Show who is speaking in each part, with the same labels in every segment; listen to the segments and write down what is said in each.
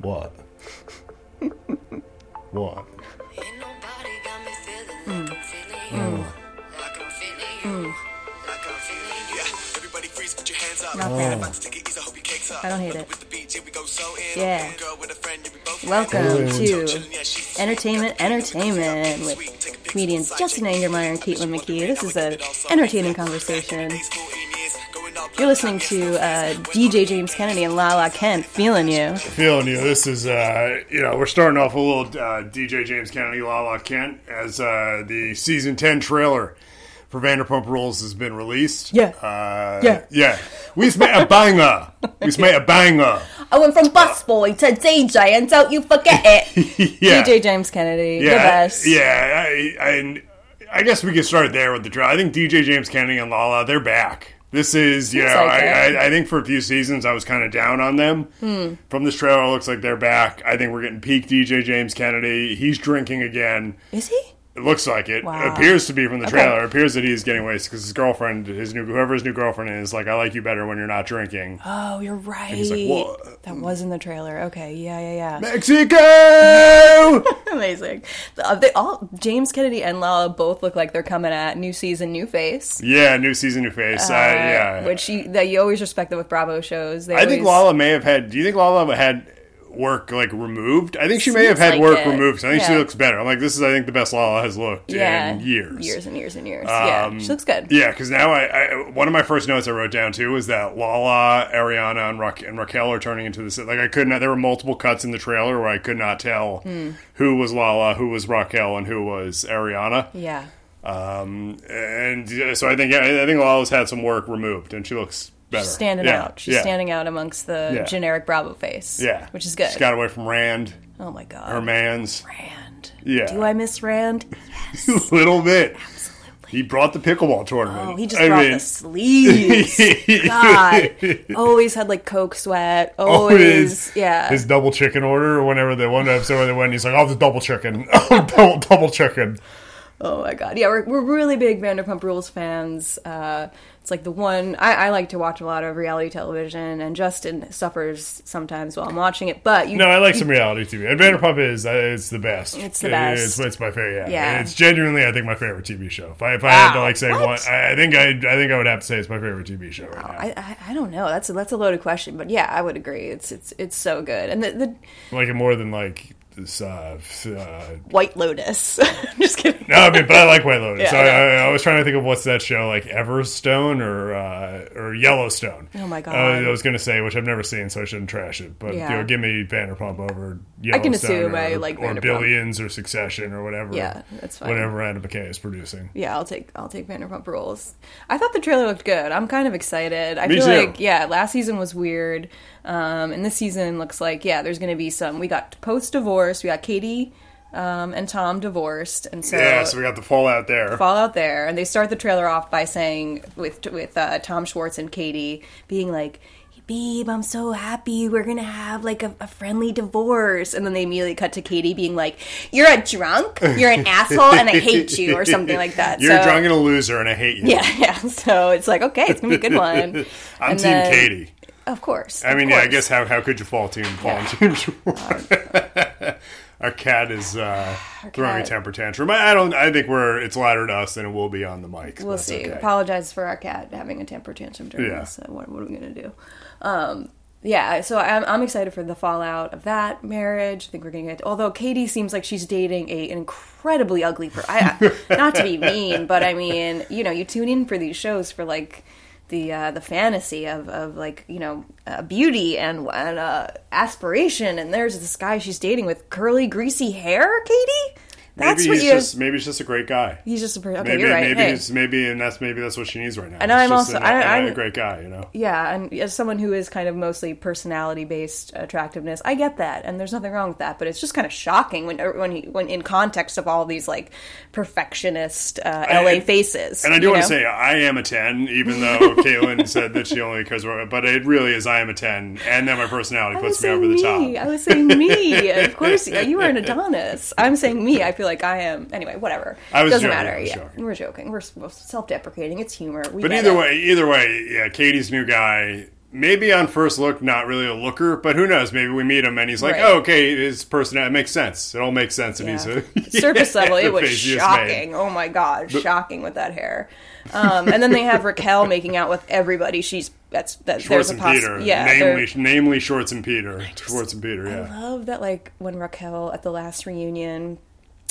Speaker 1: What? what?
Speaker 2: Ain't nobody got me feeling
Speaker 3: Mm.
Speaker 2: like I'm feeling you. Like I'm feeling you. Like I'm feeling you.
Speaker 4: Yeah, everybody freeze, put your hands up.
Speaker 3: Not bad.
Speaker 4: About to take it easy, hope your cake's up.
Speaker 3: I don't hate it.
Speaker 4: With the beat, here we go, so in.
Speaker 3: Yeah.
Speaker 4: Girl with a friend, yeah, we both
Speaker 3: Welcome
Speaker 1: Hello.
Speaker 3: to Entertainment Entertainment with comedians Justin Angermeyer and Caitlin McKee. This is an entertaining conversation. You're listening to uh, DJ James Kennedy and La La Kent, Feeling You.
Speaker 1: Feeling you. This is, uh, you know, we're starting off a little uh, DJ James Kennedy, La La Kent, as uh, the season 10 trailer for Vanderpump Rules has been released.
Speaker 3: Yeah.
Speaker 1: Uh,
Speaker 3: Yeah.
Speaker 1: Yeah. We made a banger. We made a banger.
Speaker 3: I went from bus boy to DJ, and don't you forget it.
Speaker 1: Yeah.
Speaker 3: DJ James Kennedy,
Speaker 1: yeah,
Speaker 3: the best.
Speaker 1: Yeah, I, I, and I guess we could start there with the draw. I think DJ James Kennedy and Lala, they're back. This is, you know,
Speaker 3: Seems like
Speaker 1: I,
Speaker 3: it. Hmm.
Speaker 1: I, I think for a few seasons I was kind of down on them. From this trailer, it looks like they're back. I think we're getting peak DJ James Kennedy. He's drinking again.
Speaker 3: Is he?
Speaker 1: It looks like it.
Speaker 3: Wow.
Speaker 1: Appears to be from the trailer. Appears that he's getting wasted because his girlfriend, his new whoever his new girlfriend is, like, I like you better when you're not drinking.
Speaker 3: Oh, you're right.
Speaker 1: he's like, "What?"
Speaker 3: That was in the trailer. Okay, yeah, yeah, yeah.
Speaker 1: Mexico.
Speaker 3: Amazing. Uh, They all James Kennedy and Lala both look like they're coming at new season, new face.
Speaker 1: yeah, new season, new face. Uh, yeah,
Speaker 3: Which you, that you always respect them with Bravo shows. They
Speaker 1: I think
Speaker 3: always-
Speaker 1: Lala may have had. Do you think Lala had work like removed? I think she may have
Speaker 3: Seems
Speaker 1: had
Speaker 3: like
Speaker 1: work
Speaker 3: it.
Speaker 1: removed. 'cause I think she
Speaker 3: Yeah.
Speaker 1: looks better. I'm like, this is I think the best Lala has looked
Speaker 3: yeah,
Speaker 1: in years.
Speaker 3: years and years and years. yeah,
Speaker 1: Um,
Speaker 3: she looks good.
Speaker 1: Yeah, because now I, I one of my first notes I wrote down too was that Lala, Ariana, and, Ra- and Raquel are turning into this. Like I could not. There were multiple cuts in the trailer where I could not tell
Speaker 3: Hmm.
Speaker 1: who was Lala, who was Raquel, and who was Ariana.
Speaker 3: Yeah.
Speaker 1: Um, and uh, so I think yeah, I think Lala's had some work removed, and she looks better.
Speaker 3: She's standing
Speaker 1: Yeah,
Speaker 3: out. She's
Speaker 1: yeah,
Speaker 3: standing out amongst the
Speaker 1: Yeah.
Speaker 3: generic Bravo face.
Speaker 1: Yeah,
Speaker 3: Which is good.
Speaker 1: She got away from Rand.
Speaker 3: oh my god.
Speaker 1: her man's
Speaker 3: Rand.
Speaker 1: Yeah.
Speaker 3: Do I miss Rand?
Speaker 1: a little bit. He brought the pickleball tournament.
Speaker 3: Oh, he just
Speaker 1: I
Speaker 3: brought
Speaker 1: mean,
Speaker 3: the sleeves. God. Always had like coke sweat. Always.
Speaker 1: his-
Speaker 3: yeah.
Speaker 1: His double chicken order, or whenever the one episode where they went, he's like, "I'll have the double chicken, Oh, double, double chicken."
Speaker 3: Oh my god. Yeah, we're, we're really big Vanderpump Rules fans. Uh, it's like the one I, I like to watch a lot of reality television, and Justin suffers sometimes while I'm watching it. But you,
Speaker 1: No, I like some reality TV. And Vanderpump is uh, it's the best.
Speaker 3: It's the
Speaker 1: It-
Speaker 3: best.
Speaker 1: It's, it's my favorite. Yeah.
Speaker 3: Yeah.
Speaker 1: it's genuinely I think my favorite TV show. If I, if I had to
Speaker 3: Wow.
Speaker 1: like say
Speaker 3: What?
Speaker 1: one, I I think I I think I would have to say it's my favorite TV show right now.
Speaker 3: I, I, I don't know. That's a, that's a loaded question, but yeah, I would agree. It's it's it's so good, and the, the
Speaker 1: like it more than like this. Uh, uh,
Speaker 3: White Lotus. Just kidding.
Speaker 1: No, I mean, but I like White Lotus.
Speaker 3: Yeah,
Speaker 1: so
Speaker 3: I
Speaker 1: I,
Speaker 3: know.
Speaker 1: I, I was trying to think of what's that show like Everstone or uh, or Yellowstone.
Speaker 3: Oh my God.
Speaker 1: Uh, I was going to say, which I've never seen, so I shouldn't trash it. But
Speaker 3: Yeah.
Speaker 1: you know, give me Vanderpump over Yellowstone.
Speaker 3: can assume
Speaker 1: or,
Speaker 3: I like
Speaker 1: or
Speaker 3: Vanderpump.
Speaker 1: Billions or Succession or whatever.
Speaker 3: Yeah, that's fine.
Speaker 1: Whatever Anna Paquet is producing.
Speaker 3: Yeah, I'll take I'll take Vanderpump Rules. I thought the trailer looked good. I'm kind of excited. I
Speaker 1: Me
Speaker 3: feel
Speaker 1: too.
Speaker 3: like yeah, last season was weird, um, and this season looks like yeah, there's going to be some. We got post divorce. We got Katie um, and Tom divorced, and so
Speaker 1: yeah, so we got the fallout there.
Speaker 3: fallout there. And they start the trailer off by saying with with uh, Tom Schwartz and Katie being like. Babe, I'm so happy. We're gonna have like a, a friendly divorce, and then they immediately cut to Katie being like, "You're a drunk. You're an asshole, and I hate you," or something like that.
Speaker 1: You're
Speaker 3: So-
Speaker 1: drunk and a loser, and I hate you.
Speaker 3: yeah, yeah. So it's like, okay, it's gonna be a good one.
Speaker 1: I'm
Speaker 3: And
Speaker 1: Team
Speaker 3: then-
Speaker 1: Katie.
Speaker 3: Of course.
Speaker 1: I
Speaker 3: of
Speaker 1: mean, yeah, I
Speaker 3: course.
Speaker 1: guess how, how could you fall team fall on team Schwartz? Our cat is uh, throwing a
Speaker 3: cat.
Speaker 1: temper tantrum. I I don't. I think we're it's louder to us than it will be on the mic.
Speaker 3: We'll
Speaker 1: That's
Speaker 3: see.
Speaker 1: okay.
Speaker 3: Apologize for our cat having a temper tantrum during
Speaker 1: Yeah.
Speaker 3: this. Uh, What, what are we gonna do? Um, yeah, so I'm, I'm excited for the fallout of that marriage. I think we're gonna get. Although Katie seems like she's dating a an incredibly ugly person. not to be mean, but I mean, you know, you tune in for these shows for like the uh, the fantasy of, of like you know uh, beauty and and uh, aspiration. And there's this guy she's dating with curly greasy hair, Katie. That's
Speaker 1: maybe
Speaker 3: what
Speaker 1: he's
Speaker 3: you.
Speaker 1: just maybe he's just a great guy.
Speaker 3: he's just a person. Okay,
Speaker 1: Maybe
Speaker 3: you're right.
Speaker 1: maybe
Speaker 3: hey.
Speaker 1: he's maybe and that's maybe that's what she needs right now.
Speaker 3: And
Speaker 1: It's
Speaker 3: I'm
Speaker 1: just
Speaker 3: also-
Speaker 1: an-
Speaker 3: I-
Speaker 1: a,
Speaker 3: I'm-
Speaker 1: great guy, you know.
Speaker 3: Yeah, and as someone who is kind of mostly personality based attractiveness, I get that, and there's nothing wrong with that. But it's just kind of shocking when er, when he, when in context of all these like perfectionist uh, LA
Speaker 1: and-
Speaker 3: faces.
Speaker 1: And I do
Speaker 3: you
Speaker 1: want
Speaker 3: know?
Speaker 1: to say I am a ten, even though Caitlin said that she only cares about. But it really is I am a ten, and then my personality
Speaker 3: I was
Speaker 1: puts me
Speaker 3: saying
Speaker 1: over
Speaker 3: me.
Speaker 1: the top.
Speaker 3: I was saying me. of course, you are an Adonis. I'm saying me. I feel like I am. Anyway, whatever.
Speaker 1: I was
Speaker 3: Doesn't
Speaker 1: joking,
Speaker 3: matter.
Speaker 1: I was
Speaker 3: yeah,
Speaker 1: joking.
Speaker 3: we're joking. We're self deprecating. It's humor. We
Speaker 1: But
Speaker 3: get
Speaker 1: either
Speaker 3: it.
Speaker 1: way, either way, yeah, Katie's new guy maybe on first look not really a looker, but who knows? Maybe we meet him and he's like,
Speaker 3: Right.
Speaker 1: oh, okay, his personality it makes sense. It all makes sense, and
Speaker 3: Yeah.
Speaker 1: he's a
Speaker 3: surface level
Speaker 1: the
Speaker 3: it was
Speaker 1: face he just made.
Speaker 3: shocking oh my god shocking with that hair um, and then they have raquel making out with everybody she's that's that
Speaker 1: Schwartz
Speaker 3: there's a
Speaker 1: and
Speaker 3: poss-
Speaker 1: Peter,
Speaker 3: yeah there-
Speaker 1: namely, namely Schwartz and Peter, Schwartz and Peter, yeah.
Speaker 3: love that like when Raquel at the last reunion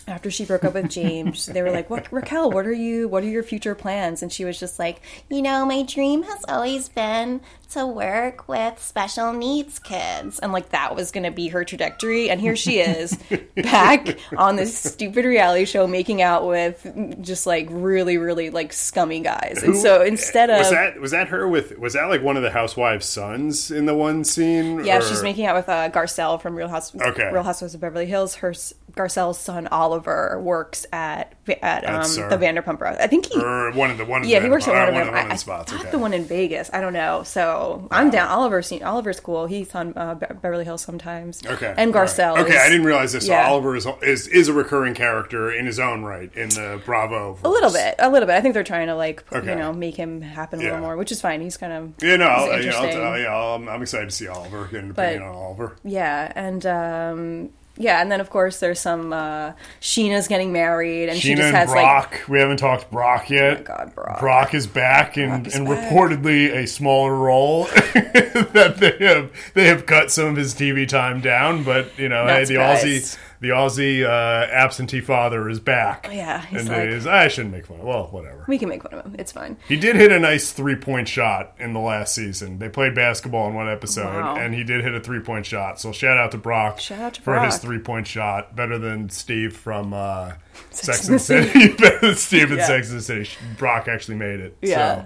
Speaker 3: after she broke up with James, they were like, "What Raquel, what are you what are your future plans?" And she was just like,
Speaker 5: You know, my dream has always been to work with special needs kids.
Speaker 3: and like that was going to be her trajectory, and here she is back on this stupid reality show making out with just like really really like scummy guys. And
Speaker 1: Who-
Speaker 3: so instead of
Speaker 1: was that was that her with was that like one of the housewives' sons in the one scene?
Speaker 3: Yeah,
Speaker 1: or-
Speaker 3: she's making out with uh, Garcelle from Real House,
Speaker 1: Okay.
Speaker 3: Real Housewives of Beverly Hills. Her s- Garcelle's son Oliver works at at um,
Speaker 1: Sir.
Speaker 3: the Vanderpump. Ro- I think he
Speaker 1: or one of the one. Of
Speaker 3: yeah
Speaker 1: the,
Speaker 3: he works at
Speaker 1: uh,
Speaker 3: one of them.
Speaker 1: one
Speaker 3: I,
Speaker 1: the
Speaker 3: I
Speaker 1: spots.
Speaker 3: thought
Speaker 1: okay.
Speaker 3: the one in Vegas. I don't know. So I'm down. Oliver's seen Oliver's cool. He's on uh, Be- Beverly Hills sometimes.
Speaker 1: Okay,
Speaker 3: and
Speaker 1: all right.
Speaker 3: Garcelle.
Speaker 1: Okay,
Speaker 3: is
Speaker 1: I didn't realize this. So
Speaker 3: yeah.
Speaker 1: Oliver is, is is a recurring character in his own right in the Bravo.
Speaker 3: a little bit, a little bit. I think they're trying to like
Speaker 1: Okay.
Speaker 3: you know make him happen a
Speaker 1: Yeah.
Speaker 3: little more, which is fine. He's kind of
Speaker 1: You know, I'll,
Speaker 3: It's
Speaker 1: you know, I'll,
Speaker 3: interesting.
Speaker 1: I'll- yeah, I'll- I'm excited to see Oliver and
Speaker 3: But-
Speaker 1: opinion on Oliver.
Speaker 3: Yeah, and um, yeah, and then of course there's some uh, Sheena's getting married, and she
Speaker 1: Sheena
Speaker 3: just
Speaker 1: and
Speaker 3: has Oh
Speaker 1: Brock. we haven't talked Brock yet.
Speaker 3: God, Brock.
Speaker 1: is back and,
Speaker 3: is
Speaker 1: and
Speaker 3: back.
Speaker 1: reportedly a smaller role that they have they have cut some of his TV time down. But you know,
Speaker 3: Not
Speaker 1: hey, the
Speaker 3: surprised.
Speaker 1: Aussie the Aussie uh, absentee father is back.
Speaker 3: Oh, Yeah, he's
Speaker 1: and
Speaker 3: like-
Speaker 1: is, I shouldn't make fun. of Well, whatever.
Speaker 3: like we can make fun of him. It's fine.
Speaker 1: He did hit a nice three point shot in the last season. They played basketball in one episode,
Speaker 3: Wow.
Speaker 1: and he did hit a three point shot. So shout out to Brock
Speaker 3: Shout out to
Speaker 1: for his
Speaker 3: Brock.
Speaker 1: three point shot. Better than Steve from uh, Sex,
Speaker 3: and
Speaker 1: and the City. Better than Steve in
Speaker 3: Yeah.
Speaker 1: Sex and the City. Brock actually made it.
Speaker 3: Yeah.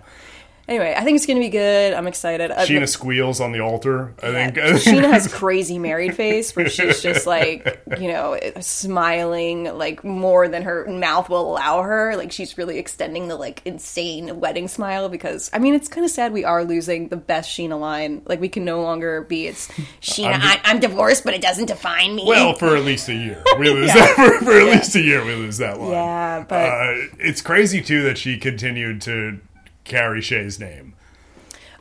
Speaker 3: Anyway, I think it's gonna be good. I'm excited. Uh,
Speaker 1: So Sheena squeals on the altar. I
Speaker 3: yeah,
Speaker 1: think.
Speaker 3: Sheena has crazy married face where she's just like, you know, smiling like more than her mouth will allow her. Like she's really extending the like insane wedding smile because I mean it's kind of sad we are losing the best Sheena line. Like we can no longer be it's Sheena.
Speaker 5: I, I'm divorced, but it doesn't define me.
Speaker 1: well, for at least a year, we lose that. For, for at least a year, we lose that line.
Speaker 3: Yeah, but
Speaker 1: Uh, it's crazy too that she continued to carry Shay's name.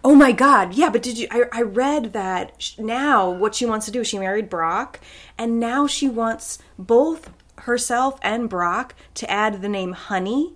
Speaker 3: Oh my God! Yeah, but did you? I, I read that sh- now what she wants to do. She married Brock, and now she wants both herself and Brock to add the name Honey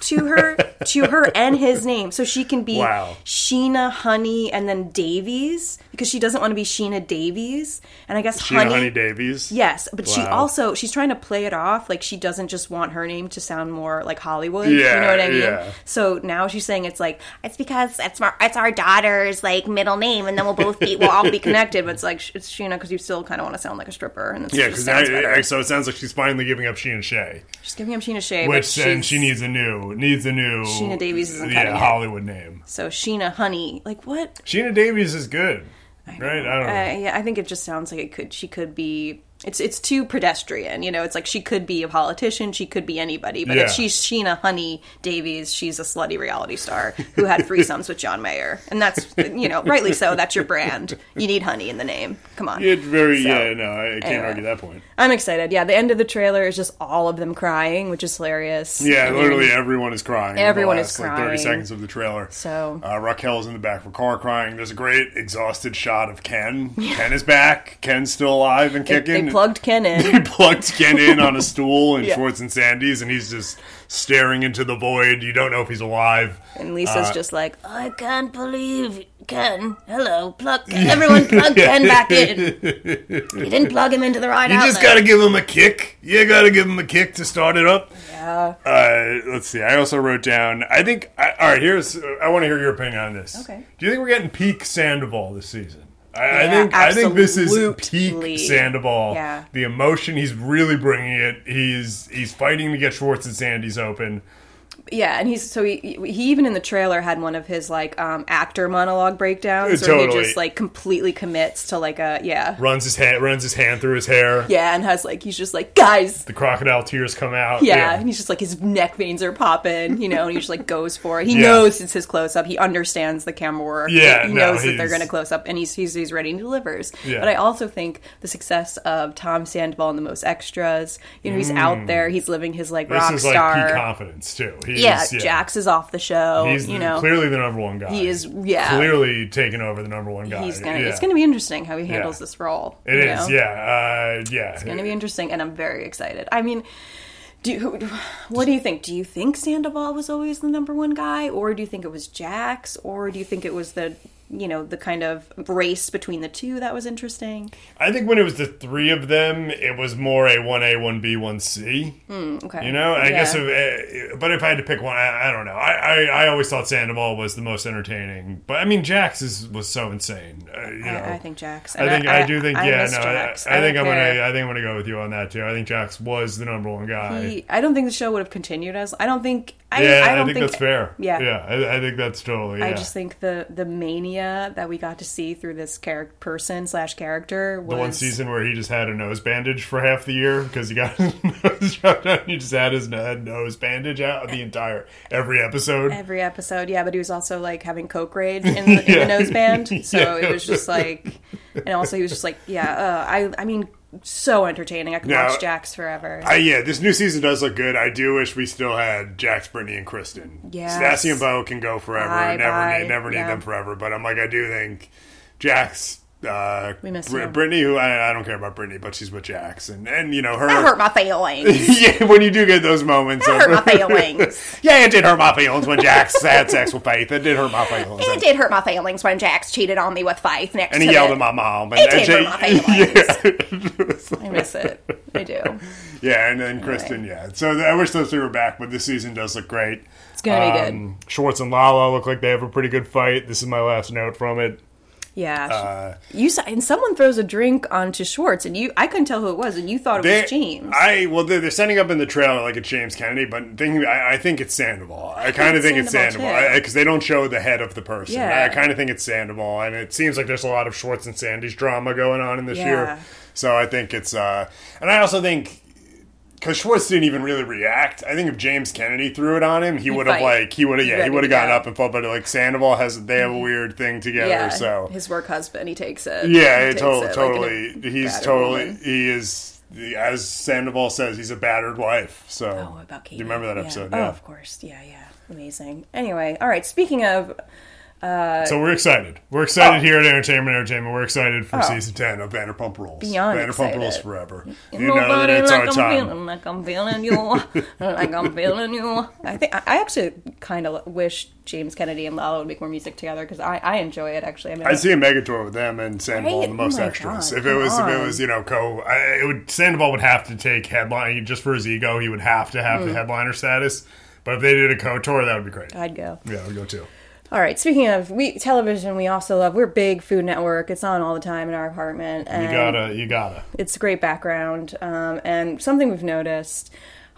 Speaker 3: to her to her and his name, so she can be
Speaker 1: Wow.
Speaker 3: Sheena Honey and then Davies because she doesn't want to be Sheena Davies, and I guess
Speaker 1: Sheena Honey, Davies.
Speaker 3: Yes, but she
Speaker 1: Wow.
Speaker 3: also she's trying to play it off like she doesn't just want her name to sound more like Hollywood. you
Speaker 1: Yeah,
Speaker 3: know what I mean?
Speaker 1: yeah.
Speaker 3: So now she's saying it's like
Speaker 5: it's because it's our, it's our daughter's like middle name, and then we'll both be we'll all
Speaker 3: be
Speaker 5: be.
Speaker 3: connected, but it's like sh- it's Sheena because you still kind of want to sound like a stripper, and it's,
Speaker 1: Yeah,
Speaker 3: yeah,
Speaker 1: because
Speaker 3: just
Speaker 1: now
Speaker 3: sounds better.
Speaker 1: so it sounds like she's finally giving up She and Shay,
Speaker 3: she's giving him Sheena Shea, but
Speaker 1: which then
Speaker 3: she's-
Speaker 1: she needs a new needs a new
Speaker 3: Sheena Davies isn't cutting
Speaker 1: yeah
Speaker 3: it.
Speaker 1: Hollywood name.
Speaker 3: So Sheena Honey, like what?
Speaker 1: Sheena Davies is good, right? I don't know.
Speaker 3: Uh, yeah, I think it just sounds like it could. She could be. It's it's too pedestrian, you know. It's like she could be a politician, she could be anybody, but
Speaker 1: Yeah.
Speaker 3: if she's Sheena Honey Davies, she's a slutty reality star who had threesomes with John Mayer, and that's you know rightly so. That's your brand. You need honey in the name. Come on.
Speaker 1: It very
Speaker 3: So,
Speaker 1: yeah no I can't
Speaker 3: anyway.
Speaker 1: argue that point.
Speaker 3: I'm excited. Yeah, the end of the trailer is just all of them crying, which is hilarious.
Speaker 1: Yeah,
Speaker 3: I mean,
Speaker 1: literally everyone is crying. in the
Speaker 3: Everyone is
Speaker 1: last, Like Thirty
Speaker 3: crying.
Speaker 1: seconds of the trailer.
Speaker 3: So-
Speaker 1: uh, Raquel's in the back of her car crying. There's a great exhausted shot of Ken. Ken is back. Ken's still alive and
Speaker 3: they-
Speaker 1: kicking.
Speaker 3: They plugged Ken in.
Speaker 1: He plugged Ken in on a stool in
Speaker 3: Yeah.
Speaker 1: Schwartz and Sandy's, and he's just staring into the void. You don't know if he's alive.
Speaker 3: And
Speaker 1: Uh,
Speaker 3: Lisa's just like,
Speaker 5: "Oh,
Speaker 3: "Oh."
Speaker 5: I can't believe Ken. Hello, plug everyone, plug Ken back in. You didn't plug him into the right
Speaker 1: You
Speaker 5: outlet.
Speaker 1: just gotta give him a kick. You gotta give him a kick to start it up.
Speaker 3: yeah.
Speaker 1: Uh, let's see. I also wrote down. I think. I, all right. Here's. I want to hear your opinion on this.
Speaker 3: Okay.
Speaker 1: Do you think we're getting peak Sandoval this season? I, I
Speaker 3: Yeah,
Speaker 1: think. I think this is
Speaker 3: absolutely.
Speaker 1: peak Sandoval.
Speaker 3: Yeah.
Speaker 1: The emotion. He's really bringing it. He's he's fighting to get Schwartz and Sandy's open.
Speaker 3: Yeah, and he's so he he even in the trailer had one of his like um actor monologue breakdowns
Speaker 1: Uh,
Speaker 3: where
Speaker 1: totally.
Speaker 3: he just like completely commits to like a yeah.
Speaker 1: Runs his hand. Runs his hand through his hair.
Speaker 3: Yeah, and has like he's just like guys
Speaker 1: The crocodile tears come out.
Speaker 3: yeah. and he's just like his neck veins are popping, you know, and he just like goes for it. He
Speaker 1: Yeah.
Speaker 3: knows it's his close up. He understands the camera work.
Speaker 1: Yeah,
Speaker 3: he, he
Speaker 1: no,
Speaker 3: knows that they're
Speaker 1: he's-
Speaker 3: going to close up, and he's he's, he's ready and delivers.
Speaker 1: Yeah.
Speaker 3: But I also think the success of Tom Sandoval and the Most Extras, you know, he's out there, he's living his like
Speaker 1: Mm. This
Speaker 3: rock
Speaker 1: is like
Speaker 3: star.
Speaker 1: peak confidence too. He's,
Speaker 3: yeah, Jax is off the show.
Speaker 1: He's
Speaker 3: you know,
Speaker 1: clearly the number one guy.
Speaker 3: he is. Yeah,
Speaker 1: clearly taking over the number one guy.
Speaker 3: he's gonna.
Speaker 1: Yeah.
Speaker 3: It's gonna be interesting how he handles
Speaker 1: Yeah.
Speaker 3: this role.
Speaker 1: It
Speaker 3: you
Speaker 1: is,
Speaker 3: know?
Speaker 1: yeah, uh, yeah. It's
Speaker 3: Gonna be interesting, and I'm very excited. I mean. Do you- what do you think? Do you think Sandoval was always the number one guy, or do you think it was Jax, or do you think it was the you know the kind of race between the two that was interesting?
Speaker 1: I think when it was the three of them, it was more a one A, one B, one C.
Speaker 3: Okay,
Speaker 1: You know, I guess.
Speaker 3: Hmm, Yeah.
Speaker 1: If, uh, but if I had to pick one, I, I don't know. I, I, I always thought Sandoval was the most entertaining, but I mean, Jax is, was so insane. Uh, you know,
Speaker 3: I, I think Jax.
Speaker 1: I
Speaker 3: And
Speaker 1: think I, do think yeah
Speaker 3: miss
Speaker 1: no
Speaker 3: Jax.
Speaker 1: I, I think
Speaker 3: don't
Speaker 1: I'm gonna
Speaker 3: care.
Speaker 1: I think I'm gonna go with you on that too. I think Jax was the number one guy.
Speaker 3: He- I don't think the show would have continued as. I don't think. I,
Speaker 1: yeah,
Speaker 3: I
Speaker 1: I,
Speaker 3: don't
Speaker 1: think, that's fair.
Speaker 3: Yeah.
Speaker 1: yeah, I, I think that's totally. Yeah.
Speaker 3: I just think the the mania that we got to see through this character person slash character was
Speaker 1: the one season where he just had a nose bandage for half the year because he got his nose dropped out. and He just had his no- had nose bandage out the entire every episode.
Speaker 3: every episode. Yeah, but he was also like having coke rage in the, in
Speaker 1: Yeah.
Speaker 3: the nose band, so
Speaker 1: Yeah.
Speaker 3: it was just like, and also he was just like, yeah, uh, I I mean, so entertaining. I could
Speaker 1: Yeah.
Speaker 3: watch Jax forever.
Speaker 1: I, yeah, this new season does look good. I do wish we still had Jax, Brittany, and Kristen.
Speaker 3: Yes.
Speaker 1: Stassi and Bo can go forever.
Speaker 3: Bye,
Speaker 1: never
Speaker 3: bye.
Speaker 1: need, never need
Speaker 3: Yeah.
Speaker 1: them forever. But I'm like, I do think Jax. Uh,
Speaker 3: We miss
Speaker 1: Br-
Speaker 3: her.
Speaker 1: Brittany, who I, I don't care about Brittany, but she's with Jax, and and you know her.
Speaker 3: that hurt my feelings.
Speaker 1: yeah, when you do get those moments,
Speaker 3: That
Speaker 1: of-
Speaker 3: hurt my feelings.
Speaker 1: yeah, it did hurt my feelings when Jax had sex with Faith. It did hurt my feelings.
Speaker 3: It did hurt my feelings when Jax cheated on me with Faith next
Speaker 1: and
Speaker 3: to
Speaker 1: he yelled
Speaker 3: the-
Speaker 1: at my mom. And,
Speaker 3: It
Speaker 1: and
Speaker 3: did hurt my
Speaker 1: she-
Speaker 3: feelings. I miss it. I do.
Speaker 1: yeah, and then Kristen, yeah. So th- I wish those three were back, but this season does look great.
Speaker 3: It's gonna be good.
Speaker 1: Um, Schwartz and Lala look like they have a pretty good fight. This is my last note from it.
Speaker 3: Yeah.
Speaker 1: Uh,
Speaker 3: you saw, and someone throws a drink onto Schwartz, and you I couldn't tell who it was, and you thought it was James.
Speaker 1: I well, they're, they're setting up in the trailer like it's James Kennedy, but thinking, I, I think it's Sandoval. I kind of think it's
Speaker 3: Sandoval,
Speaker 1: Sandoval
Speaker 3: too.
Speaker 1: because they don't show the head of the person.
Speaker 3: Yeah.
Speaker 1: I kind of think it's Sandoval, and it seems like there's a lot of Schwartz and Sandy's drama going on in this
Speaker 3: Yeah.
Speaker 1: year. So I think it's, uh and I also think because Schwartz didn't even really react. I think if James Kennedy threw it on him, he would have
Speaker 3: fight.
Speaker 1: like he would have yeah
Speaker 3: Ready
Speaker 1: he
Speaker 3: to
Speaker 1: would have gotten
Speaker 3: go. Mm-hmm.
Speaker 1: up and fought. But like Sandoval has they have a weird thing together,
Speaker 3: yeah.
Speaker 1: so
Speaker 3: his work husband, he takes it. He
Speaker 1: yeah,
Speaker 3: takes
Speaker 1: to-
Speaker 3: it like an-
Speaker 1: totally. he's
Speaker 3: battered
Speaker 1: totally.
Speaker 3: woman.
Speaker 1: He is, as Sandoval says, he's a battered wife. So,
Speaker 3: oh, about Katie.
Speaker 1: do you remember that
Speaker 3: Yeah.
Speaker 1: episode?
Speaker 3: Oh, of course. Yeah, yeah. Amazing. Anyway, all right. Speaking of,
Speaker 1: So we're excited. We're excited
Speaker 3: Oh.
Speaker 1: here at Entertainment Entertainment. We're excited for
Speaker 3: Oh.
Speaker 1: season ten of Vanderpump Rules.
Speaker 3: Beyond
Speaker 1: Vanderpump
Speaker 3: excited.
Speaker 1: Rules forever. You know that
Speaker 3: nobody
Speaker 1: it's
Speaker 3: like
Speaker 1: our
Speaker 3: I'm
Speaker 1: time.
Speaker 3: feeling like I'm feeling you, like I'm feeling you. I think I I actually kind of wish James Kennedy and Lala would make more music together because I, I enjoy it actually. I mean,
Speaker 1: I see a mega tour with them and Sandoval
Speaker 3: Right?
Speaker 1: and the most
Speaker 3: Oh my
Speaker 1: extras.
Speaker 3: God,
Speaker 1: if it
Speaker 3: come
Speaker 1: was, if
Speaker 3: on.
Speaker 1: it was, you know, co, I, it would Sandoval would have to take headline just for his ego. He would have to have the
Speaker 3: Mm.
Speaker 1: headliner status. But if they did a co tour, that would be great.
Speaker 3: I'd go.
Speaker 1: yeah, I would go too.
Speaker 3: All right. Speaking of we television, we also love. We're big Food Network. It's on all the time in our apartment, and
Speaker 1: You gotta, you gotta.
Speaker 3: it's great background. Um, and something we've noticed: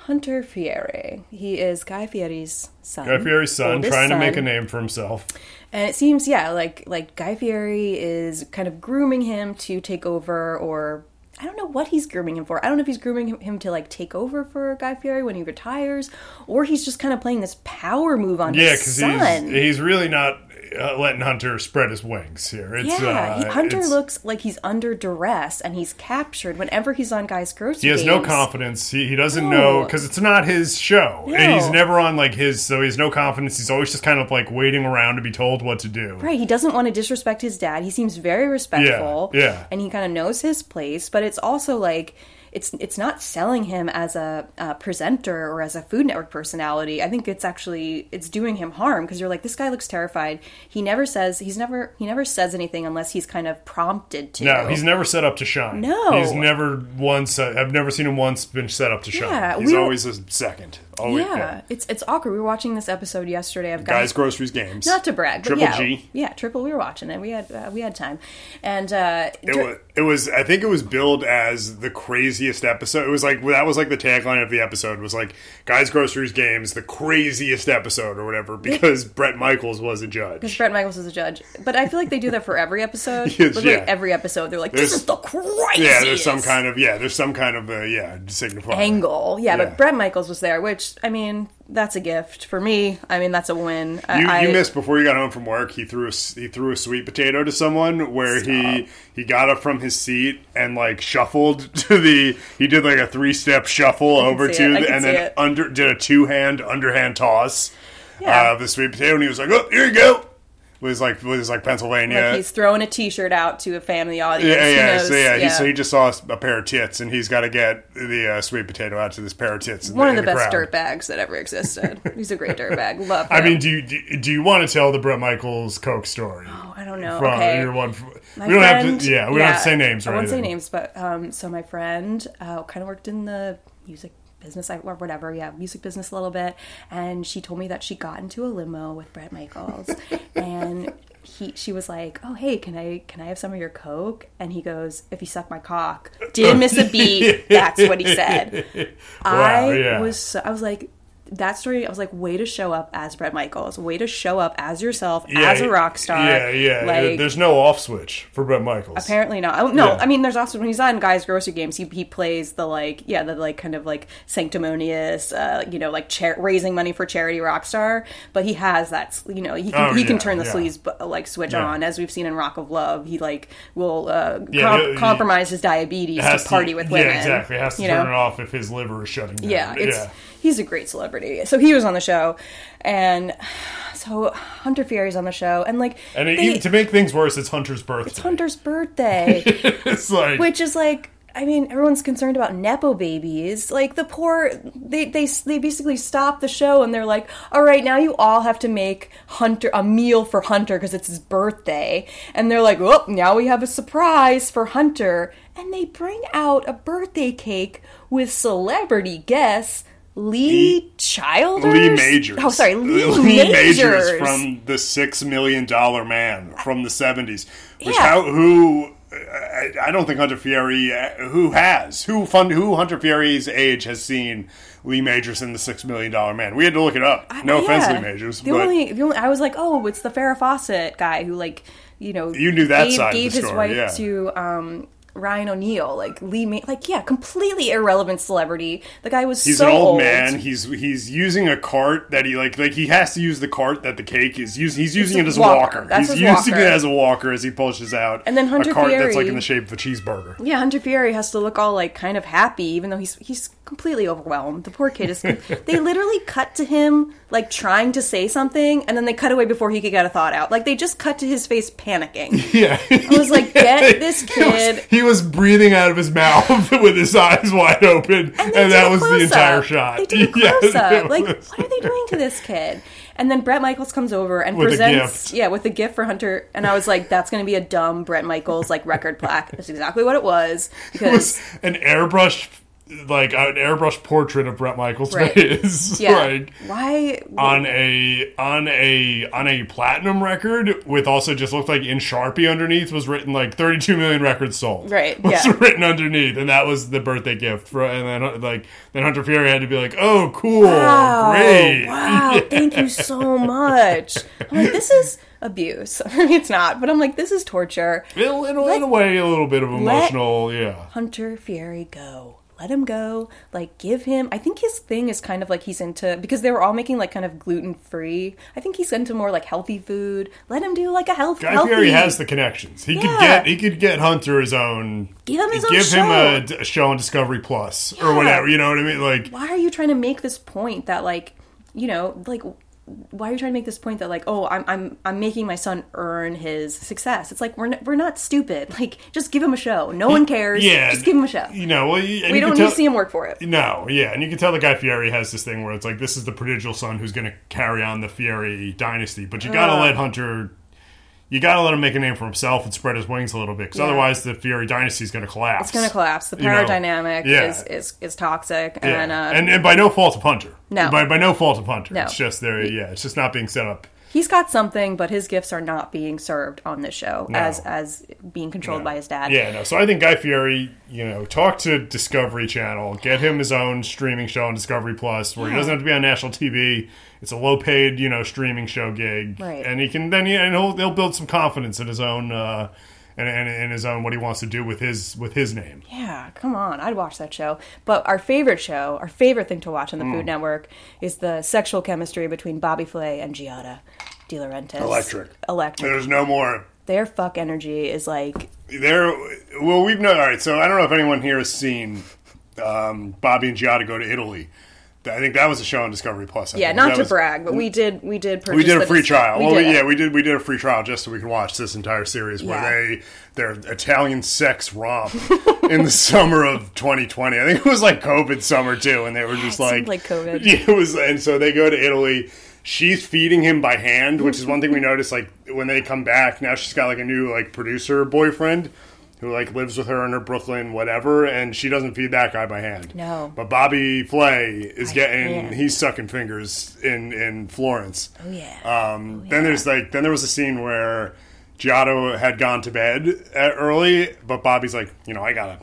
Speaker 3: Hunter Fieri. He is Guy Fieri's son.
Speaker 1: Guy Fieri's son
Speaker 3: oldest
Speaker 1: trying to make
Speaker 3: Oh,
Speaker 1: a
Speaker 3: son.
Speaker 1: name for himself.
Speaker 3: And it seems, yeah, like like Guy Fieri is kind of grooming him to take over, or I don't know what he's grooming him for. I don't know if he's grooming him- him to like take over for Guy Fieri when he retires, or he's just kind of playing this power move on
Speaker 1: Yeah,
Speaker 3: his
Speaker 1: because
Speaker 3: son.
Speaker 1: he's he's really not uh, letting Hunter spread his wings here. It's,
Speaker 3: yeah, he-
Speaker 1: uh,
Speaker 3: Hunter
Speaker 1: it's-
Speaker 3: looks like he's under duress and he's captured whenever he's on Guy's grocery.
Speaker 1: He has no
Speaker 3: games.
Speaker 1: confidence. He, he doesn't
Speaker 3: No.
Speaker 1: know because it's not his show. And He's
Speaker 3: No.
Speaker 1: never on like his, so he has no confidence. He's always just kind of like waiting around to be told what to do.
Speaker 3: Right, he doesn't want to disrespect his dad. He seems very respectful.
Speaker 1: yeah.
Speaker 3: And he kind of knows his place, but it's also like it's it's not selling him as a, uh presenter or as a Food Network personality. I think it's actually it's doing him harm because you're like this guy looks terrified. He never says he's never he never says anything unless he's kind of prompted to.
Speaker 1: No, he's never set up to shine.
Speaker 3: No.
Speaker 1: he's never once. Uh, I've never seen him once been set up to shine.
Speaker 3: Yeah,
Speaker 1: he's
Speaker 3: we were-
Speaker 1: always a second. Always,
Speaker 3: yeah, it's it's awkward. We were watching this episode yesterday of
Speaker 1: Guys,
Speaker 3: Guys
Speaker 1: groceries, games.
Speaker 3: not to brag, but
Speaker 1: Triple
Speaker 3: yeah,
Speaker 1: G.
Speaker 3: yeah, triple. We were watching it. We had uh, we had time, and uh,
Speaker 1: It
Speaker 3: dur-
Speaker 1: was, it was. I think it was billed as the craziest episode. It was like that was like the tagline of the episode was like "Guys, Groceries, Games," the craziest episode or whatever because Brett Michaels was a
Speaker 3: Because
Speaker 1: judge.
Speaker 3: Brett Michaels is a judge, but I feel like they do that for every episode.
Speaker 1: Yes,
Speaker 3: Literally
Speaker 1: yeah.
Speaker 3: every episode, they're like,
Speaker 1: There's-
Speaker 3: "This is the craziest."
Speaker 1: Yeah, there's some kind of yeah, there's some kind of uh, yeah signifier.
Speaker 3: angle. Yeah,
Speaker 1: Yeah.
Speaker 3: but Brett Michaels was there, which I mean, that's a gift for me. I mean, that's a win. I,
Speaker 1: You,
Speaker 3: I-
Speaker 1: you missed before you got home from work. He threw a, s- he threw a sweet potato to someone where he he got up from his seat and like shuffled to the he did like a three step shuffle over
Speaker 3: see
Speaker 1: to
Speaker 3: it. I
Speaker 1: the,
Speaker 3: can
Speaker 1: and
Speaker 3: see
Speaker 1: then
Speaker 3: it.
Speaker 1: under did a two hand underhand toss
Speaker 3: Yeah.
Speaker 1: uh, of the sweet potato and he was like oh here you go was like was like Pennsylvania
Speaker 3: Like he's throwing a T-shirt out to a fan of the audience.
Speaker 1: yeah
Speaker 3: Who
Speaker 1: yeah
Speaker 3: knows?
Speaker 1: so yeah, He, so he just saw a pair of tits and he's got to get the uh, sweet potato out to this pair of tits in
Speaker 3: one of
Speaker 1: in
Speaker 3: the, best
Speaker 1: crowd.
Speaker 3: dirt bags that ever existed. he's a great dirt bag. Love.
Speaker 1: I
Speaker 3: him.
Speaker 1: mean, do you do, do you want to tell the Brett Michaels Coke story?
Speaker 3: I don't know.
Speaker 1: from
Speaker 3: Oh, okay.
Speaker 1: your one. From,
Speaker 3: My
Speaker 1: we don't have
Speaker 3: friend-
Speaker 1: to. Yeah, we don't have to say names.
Speaker 3: I
Speaker 1: or
Speaker 3: won't say
Speaker 1: anything.
Speaker 3: names, but um, so my friend uh, kind of worked in the music business I- or whatever, yeah, music business a little bit, and she told me that she got into a limo with Brett Michaels, and he she was like, "Oh hey, can I can I have some of your coke?" And he goes, "If you suck my cock, did miss a beat." That's what he said. I
Speaker 1: yeah.
Speaker 3: was so, I was like. That story, I was like, way to show up as Brett Michaels, way to show up as yourself,
Speaker 1: Yeah,
Speaker 3: as a rock star.
Speaker 1: Yeah, yeah.
Speaker 3: Like,
Speaker 1: There's no off switch for Brett Michaels.
Speaker 3: Apparently not. Oh, no,
Speaker 1: Yeah.
Speaker 3: I mean, there's also when he's on Guy's Grocery Games, he, he plays the like, yeah, the like kind of like sanctimonious, uh, you know, like cha- raising money for charity rock star. But he has that, s- you know, he can,
Speaker 1: Oh,
Speaker 3: he can
Speaker 1: yeah,
Speaker 3: turn the
Speaker 1: yeah.
Speaker 3: sleeves but, like switch
Speaker 1: Yeah.
Speaker 3: on, as we've seen in Rock of Love. He like will uh,
Speaker 1: Yeah,
Speaker 3: com-
Speaker 1: he- he-
Speaker 3: compromise his diabetes to
Speaker 1: Has to-
Speaker 3: party with women.
Speaker 1: Yeah, exactly. Has to
Speaker 3: you
Speaker 1: turn
Speaker 3: know?
Speaker 1: it off if his liver is shutting down.
Speaker 3: Yeah, it's he's a great celebrity. So he was on the show, and so Hunter Fury's on the show, and like
Speaker 1: And it,
Speaker 3: they-
Speaker 1: even to make things worse, it's Hunter's birthday. It's,
Speaker 3: Hunter's birthday.
Speaker 1: like
Speaker 3: which is like I mean, everyone's concerned about nepo babies. Like the poor, they they they basically stop the show and they're like, "All right, now you all have to make Hunter a meal for Hunter because it's his birthday." And they're like, "Oh, now we have a surprise for Hunter," and they bring out a birthday cake with celebrity guests Lee, Childers,
Speaker 1: Lee Majors. Uh,
Speaker 3: Oh, sorry, Lee, Majors
Speaker 1: from the Six Million Dollar Man from the seventies. Which
Speaker 3: Yeah.
Speaker 1: how who I, I don't think Hunter Fury uh, who has who fund who Hunter Fury's age has seen Lee Majors in the Six Million Dollar Man. We had to look it up. No offense,
Speaker 3: Yeah.
Speaker 1: Lee Majors,
Speaker 3: The
Speaker 1: but
Speaker 3: only, the only, I was like, oh, it's the Farrah Fawcett guy who, like, you know,
Speaker 1: You knew that
Speaker 3: gave,
Speaker 1: side of
Speaker 3: gave
Speaker 1: the
Speaker 3: his
Speaker 1: story,
Speaker 3: wife
Speaker 1: yeah.
Speaker 3: to um, Ryan O'Neal, like Lee, Ma- like yeah, completely irrelevant celebrity. The guy was
Speaker 1: he's
Speaker 3: so
Speaker 1: an old, man. He's he's using a cart that he like like he has to use the cart that the cake is using. He's using
Speaker 3: a
Speaker 1: it as a
Speaker 3: walker.
Speaker 1: walker.
Speaker 3: That's his
Speaker 1: he's using
Speaker 3: walker.
Speaker 1: it as a walker as he pushes out.
Speaker 3: And then Hunter
Speaker 1: a cart that's like
Speaker 3: Fury-
Speaker 1: in the shape of a cheeseburger.
Speaker 3: Yeah, Hunter Fury has to look all like kind of happy, even though he's he's completely overwhelmed. The poor kid is. they literally cut to him like trying to say something, and then they cut away before he could get a thought out. Like they just cut to his face panicking.
Speaker 1: Yeah.
Speaker 3: I was like, get this
Speaker 1: He was-
Speaker 3: kid
Speaker 1: He was, breathing out of his mouth with his eyes wide open, and,
Speaker 3: they did
Speaker 1: that
Speaker 3: a
Speaker 1: was the
Speaker 3: close-up.
Speaker 1: entire shot.
Speaker 3: They did a
Speaker 1: Yeah,
Speaker 3: close up.
Speaker 1: it
Speaker 3: Like,
Speaker 1: was-
Speaker 3: what are they doing to this kid? And then Brett Michaels comes over and
Speaker 1: With a
Speaker 3: presents,
Speaker 1: gift.
Speaker 3: yeah, with a gift for Hunter. And I was like, that's going to be a dumb Brett Michaels like record plaque. That's exactly what it was
Speaker 1: it
Speaker 3: because
Speaker 1: was an airbrush, like an airbrush portrait of Brett Michaels'
Speaker 3: Right.
Speaker 1: face,
Speaker 3: yeah,
Speaker 1: like
Speaker 3: why
Speaker 1: on a on a on a platinum record with also just looked like in Sharpie underneath was written like 32 million records sold.
Speaker 3: Right,
Speaker 1: was
Speaker 3: yeah.
Speaker 1: written underneath, and that was the birthday gift. For, and then like then Hunter Fury had to be like, oh, cool,
Speaker 3: Wow,
Speaker 1: great.
Speaker 3: Wow, thank you so much. I'm like, this is abuse. I mean, it's not, but I'm like, this is torture.
Speaker 1: In, in, in a way, a little bit of emotional, yeah.
Speaker 3: Hunter Fury go. Let him go. Like, give him. I think his thing is kind of like he's into because they were all making like kind of gluten free. I think he's into more like healthy food. Let him do like a health.
Speaker 1: Guy
Speaker 3: healthy.
Speaker 1: Fieri has the connections. He could
Speaker 3: Yeah.
Speaker 1: get he could get Hunter his own.
Speaker 3: Give him his own
Speaker 1: give him
Speaker 3: show.
Speaker 1: a d- a, show on Discovery Plus or whatever. You know what I mean? Like
Speaker 3: why are you trying to make this point that like you know like why are you trying to make this point that like oh I'm I'm I'm making my son earn his success? It's like we're n- we're not stupid. Like just give him a show. No one cares.
Speaker 1: yeah,
Speaker 3: just give him a show.
Speaker 1: You know, well, you, and
Speaker 3: We
Speaker 1: you
Speaker 3: don't
Speaker 1: can
Speaker 3: need
Speaker 1: tell,
Speaker 3: to see him work for it.
Speaker 1: No, yeah, and you can tell the guy Fieri has this thing where it's like this is the prodigal son who's going to carry on the Fieri dynasty, but you got to let Hunter. You got to let him make a name for himself and spread his wings a little bit, because otherwise the Fieri dynasty is going to collapse.
Speaker 3: It's gonna collapse. The
Speaker 1: You know,
Speaker 3: power dynamic
Speaker 1: yeah.
Speaker 3: is, is is toxic,
Speaker 1: Yeah.
Speaker 3: and, uh,
Speaker 1: and and by no fault of Hunter.
Speaker 3: No.
Speaker 1: by by no fault of Hunter.
Speaker 3: No.
Speaker 1: It's just there. Yeah, it's just not being set up.
Speaker 3: he's got something, but his gifts are not being served on this show as as being controlled by his dad.
Speaker 1: Yeah, no. So I think Guy Fieri, you know, talk to Discovery Channel, get him his own streaming show on Discovery Plus, where he doesn't have to be on national TV. It's a low-paid, you know, streaming show gig,
Speaker 3: Right.
Speaker 1: And he can then, yeah, and he'll, he'll build some confidence in his own. Uh, and, and, and is on what he wants to do with his with his name.
Speaker 3: Yeah, come on. I'd watch that show. But our favorite show, our favorite thing to watch on the Food
Speaker 1: Mm.
Speaker 3: Network is the sexual chemistry between Bobby Flay and Giada De Laurentiis.
Speaker 1: Electric.
Speaker 3: Electric.
Speaker 1: There's no more
Speaker 3: Their fuck energy is like
Speaker 1: there. Well, we've known. All right, so I don't know if anyone here has seen um, Bobby and Giada go to Italy. I think that was a show on Discovery Plus. I
Speaker 3: yeah,
Speaker 1: think.
Speaker 3: not
Speaker 1: That
Speaker 3: to
Speaker 1: was-
Speaker 3: brag, but we did we did purchase
Speaker 1: we did
Speaker 3: the
Speaker 1: a free
Speaker 3: disc-
Speaker 1: trial.
Speaker 3: We
Speaker 1: well,
Speaker 3: did
Speaker 1: we,
Speaker 3: it.
Speaker 1: yeah, we did. We did a free trial just so we could watch this entire series where
Speaker 3: Yeah.
Speaker 1: they their Italian sex romp in the summer of 2020. I think it was like COVID summer too, and they were just
Speaker 3: it
Speaker 1: like
Speaker 3: seemed like COVID.
Speaker 1: Yeah, it was. And so they go to Italy. She's feeding him by hand, which is one thing we noticed. Like when they come back, now she's got like a new like producer boyfriend. Who like lives with her in her Brooklyn, whatever, and she doesn't feed that guy by hand.
Speaker 3: No.
Speaker 1: but Bobby Flay is
Speaker 3: hand.
Speaker 1: getting he's sucking fingers in in Florence.
Speaker 3: Oh yeah.
Speaker 1: Um, Then there's like then there was a scene where Giotto had gone to bed uh, early, but Bobby's like, you know, I gotta.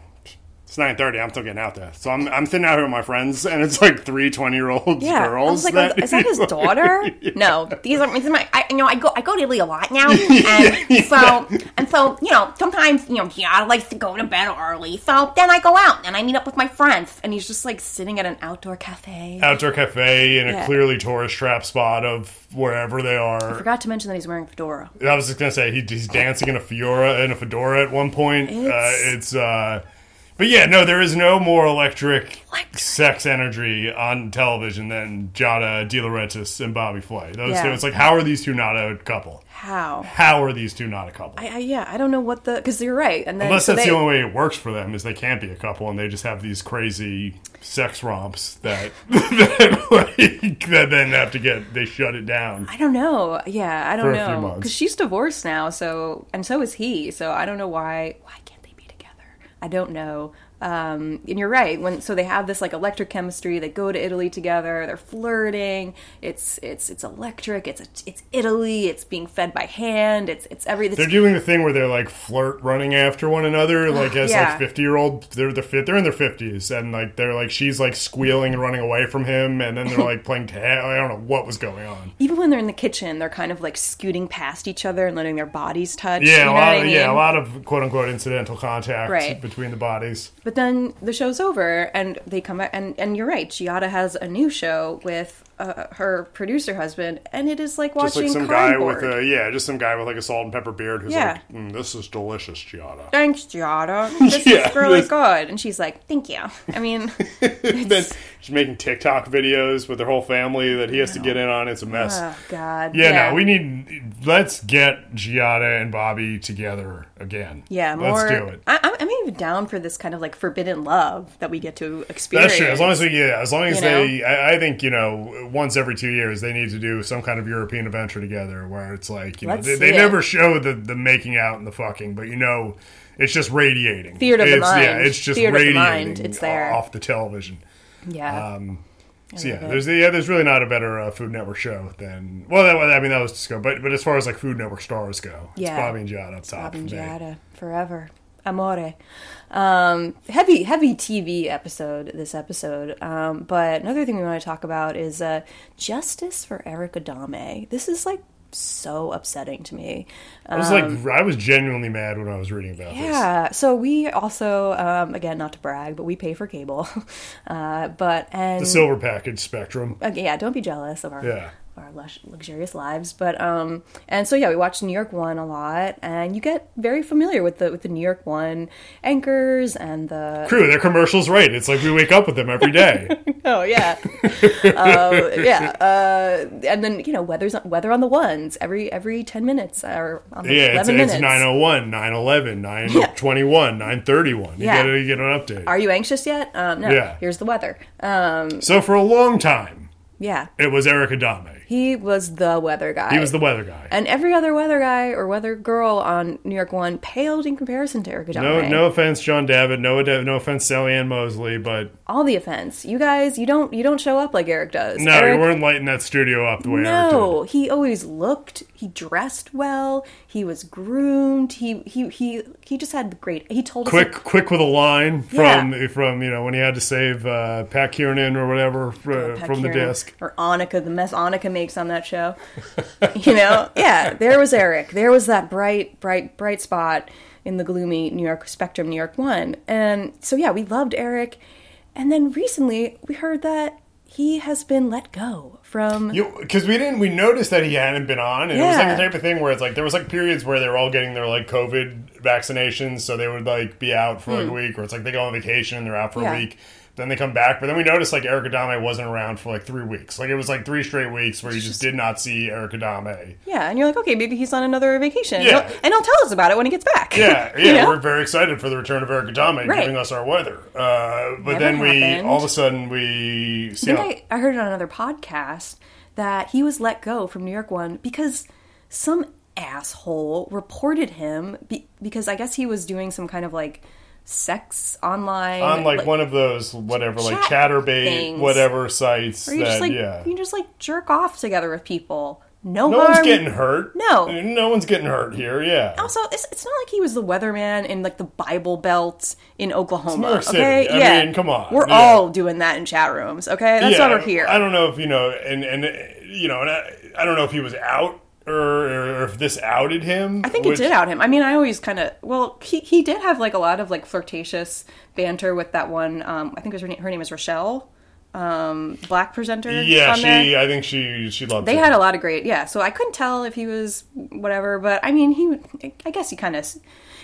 Speaker 1: It's nine thirty. I'm still getting out there, so I'm I'm sitting out here with my friends, and it's like three 20 year old
Speaker 3: yeah, I was
Speaker 1: girls.
Speaker 3: like, is that his daughter? No, these are these are my. I, you know, I go I go to Italy a lot now, and so and so you know sometimes you know Giada likes to go to bed early, so then I go out and I meet up with my friends, and he's just like sitting at an outdoor cafe.
Speaker 1: outdoor cafe in
Speaker 3: Yeah.
Speaker 1: a clearly tourist trap spot of wherever they are.
Speaker 3: Forgot to mention that he's wearing a fedora.
Speaker 1: I was just gonna say he, he's dancing in a fiora in a fedora at one point. It's,
Speaker 3: It's-
Speaker 1: uh, it's uh, but yeah, no, there is no more electric sex energy on television than Jada De Laurentiis and Bobby Flay. Those
Speaker 3: Yeah.
Speaker 1: two, it's like how are these two not a couple?
Speaker 3: How?
Speaker 1: How are these two not a couple?
Speaker 3: I, I, yeah, I don't know what the because you're right, and then
Speaker 1: Unless
Speaker 3: so
Speaker 1: that's
Speaker 3: they-
Speaker 1: the only way it works for them is they can't be a couple and they just have these crazy sex romps that that, like, that then have to get they shut it down.
Speaker 3: I don't know. Yeah, I don't
Speaker 1: For a few
Speaker 3: know
Speaker 1: months.
Speaker 3: because she's divorced now, so and so is he. So I don't know why. Why can't they be together? I don't know. Um, and you're right. When so they have this like electric chemistry. They go to Italy together. They're flirting. It's it's it's electric. It's it's Italy. It's being fed by hand. It's it's every. It's,
Speaker 1: They're doing the thing where they're like flirt running after one another, like as
Speaker 3: Yeah.
Speaker 1: like fifty year old. They're the fit. They're in their fifties, and like they're like she's like squealing and running away from him, and then they're like playing tag. I don't know what was going on.
Speaker 3: even when they're in the kitchen, they're kind of like scooting past each other and letting their bodies touch.
Speaker 1: Yeah,
Speaker 3: you know
Speaker 1: a
Speaker 3: what
Speaker 1: lot.
Speaker 3: I
Speaker 1: of, yeah, a
Speaker 3: mean?
Speaker 1: lot of quote unquote incidental contact
Speaker 3: Right.
Speaker 1: between the bodies.
Speaker 3: But then the show's over, and they come out, and, and you're right. Giada has a new show with uh, her producer husband, and it is like
Speaker 1: Just
Speaker 3: watching
Speaker 1: like some
Speaker 3: cardboard.
Speaker 1: guy with a yeah, just some guy with like a salt and pepper beard who's
Speaker 3: Yeah.
Speaker 1: like, mm, "This is delicious, Giada."
Speaker 3: Thanks, Giada. This
Speaker 1: Yeah,
Speaker 3: is really
Speaker 1: this-
Speaker 3: good. And she's like, "Thank you." I mean,
Speaker 1: then she's making TikTok videos with her whole family that he has to get in on. It's a mess.
Speaker 3: oh god.
Speaker 1: Yeah, no, we need. Let's get Giada and Bobby together again.
Speaker 3: Yeah, more.
Speaker 1: let's do it.
Speaker 3: I, I'm, I'm even down for this kind of like forbidden love that we get to experience.
Speaker 1: That's true. As long as we, yeah, as long as
Speaker 3: You
Speaker 1: they, I, I think you know, once every two years they need to do some kind of European adventure together, where it's like you
Speaker 3: Let's
Speaker 1: know
Speaker 3: see
Speaker 1: they,
Speaker 3: it.
Speaker 1: they never show the the making out and the fucking, but you know, it's just radiating
Speaker 3: Theater of the
Speaker 1: it's, Yeah,
Speaker 3: mind.
Speaker 1: it's just
Speaker 3: Theater of the
Speaker 1: radiating.
Speaker 3: mind. It's
Speaker 1: o-
Speaker 3: there. Oh
Speaker 1: off the television. Ah.
Speaker 3: yeah.
Speaker 1: So yeah,
Speaker 3: love it.
Speaker 1: there's yeah, there's really not a better uh, Food Network show than well, that, I mean that was Disco, but but as far as like Food Network stars go,
Speaker 3: Yeah.
Speaker 1: it's Bobby and John up top.
Speaker 3: Robin
Speaker 1: for me.
Speaker 3: Giada forever. Amore. Um, heavy, heavy TV episode, this episode. Um, but another thing we want to talk about is uh, justice for Eric Adame. This is like so upsetting to me. Uh,
Speaker 1: I was like, I was genuinely mad when I was reading about this.
Speaker 3: Um, Yeah. So we also, um, again, not to brag, but we pay for cable. Uh, but, and.
Speaker 1: The silver package spectrum.
Speaker 3: Okay, yeah, don't be jealous of our
Speaker 1: Yeah.
Speaker 3: of our lush, luxurious lives. But um, and so yeah, we watched New York One a lot, and you get very familiar with the with the New York One anchors and the
Speaker 1: True, their commercials right. It's like we wake up with them every day.
Speaker 3: oh yeah, um, yeah, uh, and then you know weather's on, weather on the ones every every ten minutes or on the
Speaker 1: Yeah, it's,
Speaker 3: eleven
Speaker 1: it's oh-
Speaker 3: minutes.
Speaker 1: 901, 911, 921, 931. You
Speaker 3: Yeah.
Speaker 1: get, a, you get an update.
Speaker 3: Are you anxious yet? Um, no.
Speaker 1: Yeah.
Speaker 3: Here's the weather. Um,
Speaker 1: so for a long time,
Speaker 3: yeah,
Speaker 1: it was Eric Adame.
Speaker 3: he was the weather guy.
Speaker 1: He was the weather guy.
Speaker 3: and every other weather guy or weather girl on New York One paled in comparison to Eric Adame.
Speaker 1: no, no offense, John David. No, ad- no offense, Sally Ann Mosley. But
Speaker 3: all the offense. You guys, you don't you don't show up like Eric does.
Speaker 1: no,
Speaker 3: Eric,
Speaker 1: you weren't lighting that studio up the way Eric
Speaker 3: No, he always looked. He dressed well. He was groomed. He he he he just had great. He told
Speaker 1: did.
Speaker 3: us
Speaker 1: Quick, quick with a line
Speaker 3: Yeah.
Speaker 1: from from you know when he had to save uh, Pat Kiernan or whatever fr-
Speaker 3: Pat
Speaker 1: from the
Speaker 3: Kieran
Speaker 1: desk.
Speaker 3: or Annika, the mess Annika makes on that show. you know, yeah, there was Eric. There was that bright, bright, bright spot in the gloomy New York Spectrum, New York One. And so, yeah, we loved Eric. And then recently, we heard that he has been let go from.
Speaker 1: Because we didn't, we noticed that he hadn't been on, and it was like
Speaker 3: Yeah.
Speaker 1: the type of thing where it's like there was like periods where they were all getting their like COVID vaccinations, so they would like be out for like a week, or it's like they go on vacation and they're out for
Speaker 3: Hmm. Yeah.
Speaker 1: a week, then they come back. But then we noticed like Eric Adame wasn't around for like three weeks, like it was like three straight weeks where you just did not see Eric Adame.
Speaker 3: yeah, and you're like, okay, maybe he's on another vacation.
Speaker 1: Yeah.
Speaker 3: And, he'll, and he'll tell us about it when he gets back.
Speaker 1: Yeah, yeah,
Speaker 3: You know?
Speaker 1: we're very excited for the return of Eric Adame
Speaker 3: Right.
Speaker 1: giving us our weather. Uh, but
Speaker 3: Never
Speaker 1: then we
Speaker 3: happened.
Speaker 1: all of a sudden we see
Speaker 3: I
Speaker 1: how-
Speaker 3: think I, I heard it on another podcast that he was let go from New York One because some asshole reported him be, because I guess he was doing some kind of like sex online
Speaker 1: on like, one of those whatever like
Speaker 3: chat
Speaker 1: chatterbait
Speaker 3: things.
Speaker 1: whatever sites
Speaker 3: where you
Speaker 1: that
Speaker 3: just like
Speaker 1: yeah
Speaker 3: you just like jerk off together with people. No,
Speaker 1: no
Speaker 3: harm.
Speaker 1: one's getting hurt
Speaker 3: No.
Speaker 1: no one's getting hurt here yeah
Speaker 3: Also, it's, it's not like he was the weatherman in like the Bible Belt in Oklahoma.
Speaker 1: York City.
Speaker 3: Okay,
Speaker 1: I
Speaker 3: yeah,
Speaker 1: mean, come on.
Speaker 3: We're
Speaker 1: Yeah.
Speaker 3: all doing that in chat rooms. Okay, that's
Speaker 1: yeah,
Speaker 3: why we're here.
Speaker 1: I don't know if you know and and uh, you know and I, I don't know if he was out or, or if this outed him
Speaker 3: I think it did out him. I mean, I always kind of well, he he did have like a lot of like flirtatious banter with that one. Um, I think it was her, na- her name is Rochelle, um, black presenter.
Speaker 1: yeah
Speaker 3: on
Speaker 1: she
Speaker 3: there.
Speaker 1: I think she she loved
Speaker 3: They
Speaker 1: him.
Speaker 3: had a lot of great, yeah. So I couldn't tell if he was whatever, but I mean, he. I guess he kind of.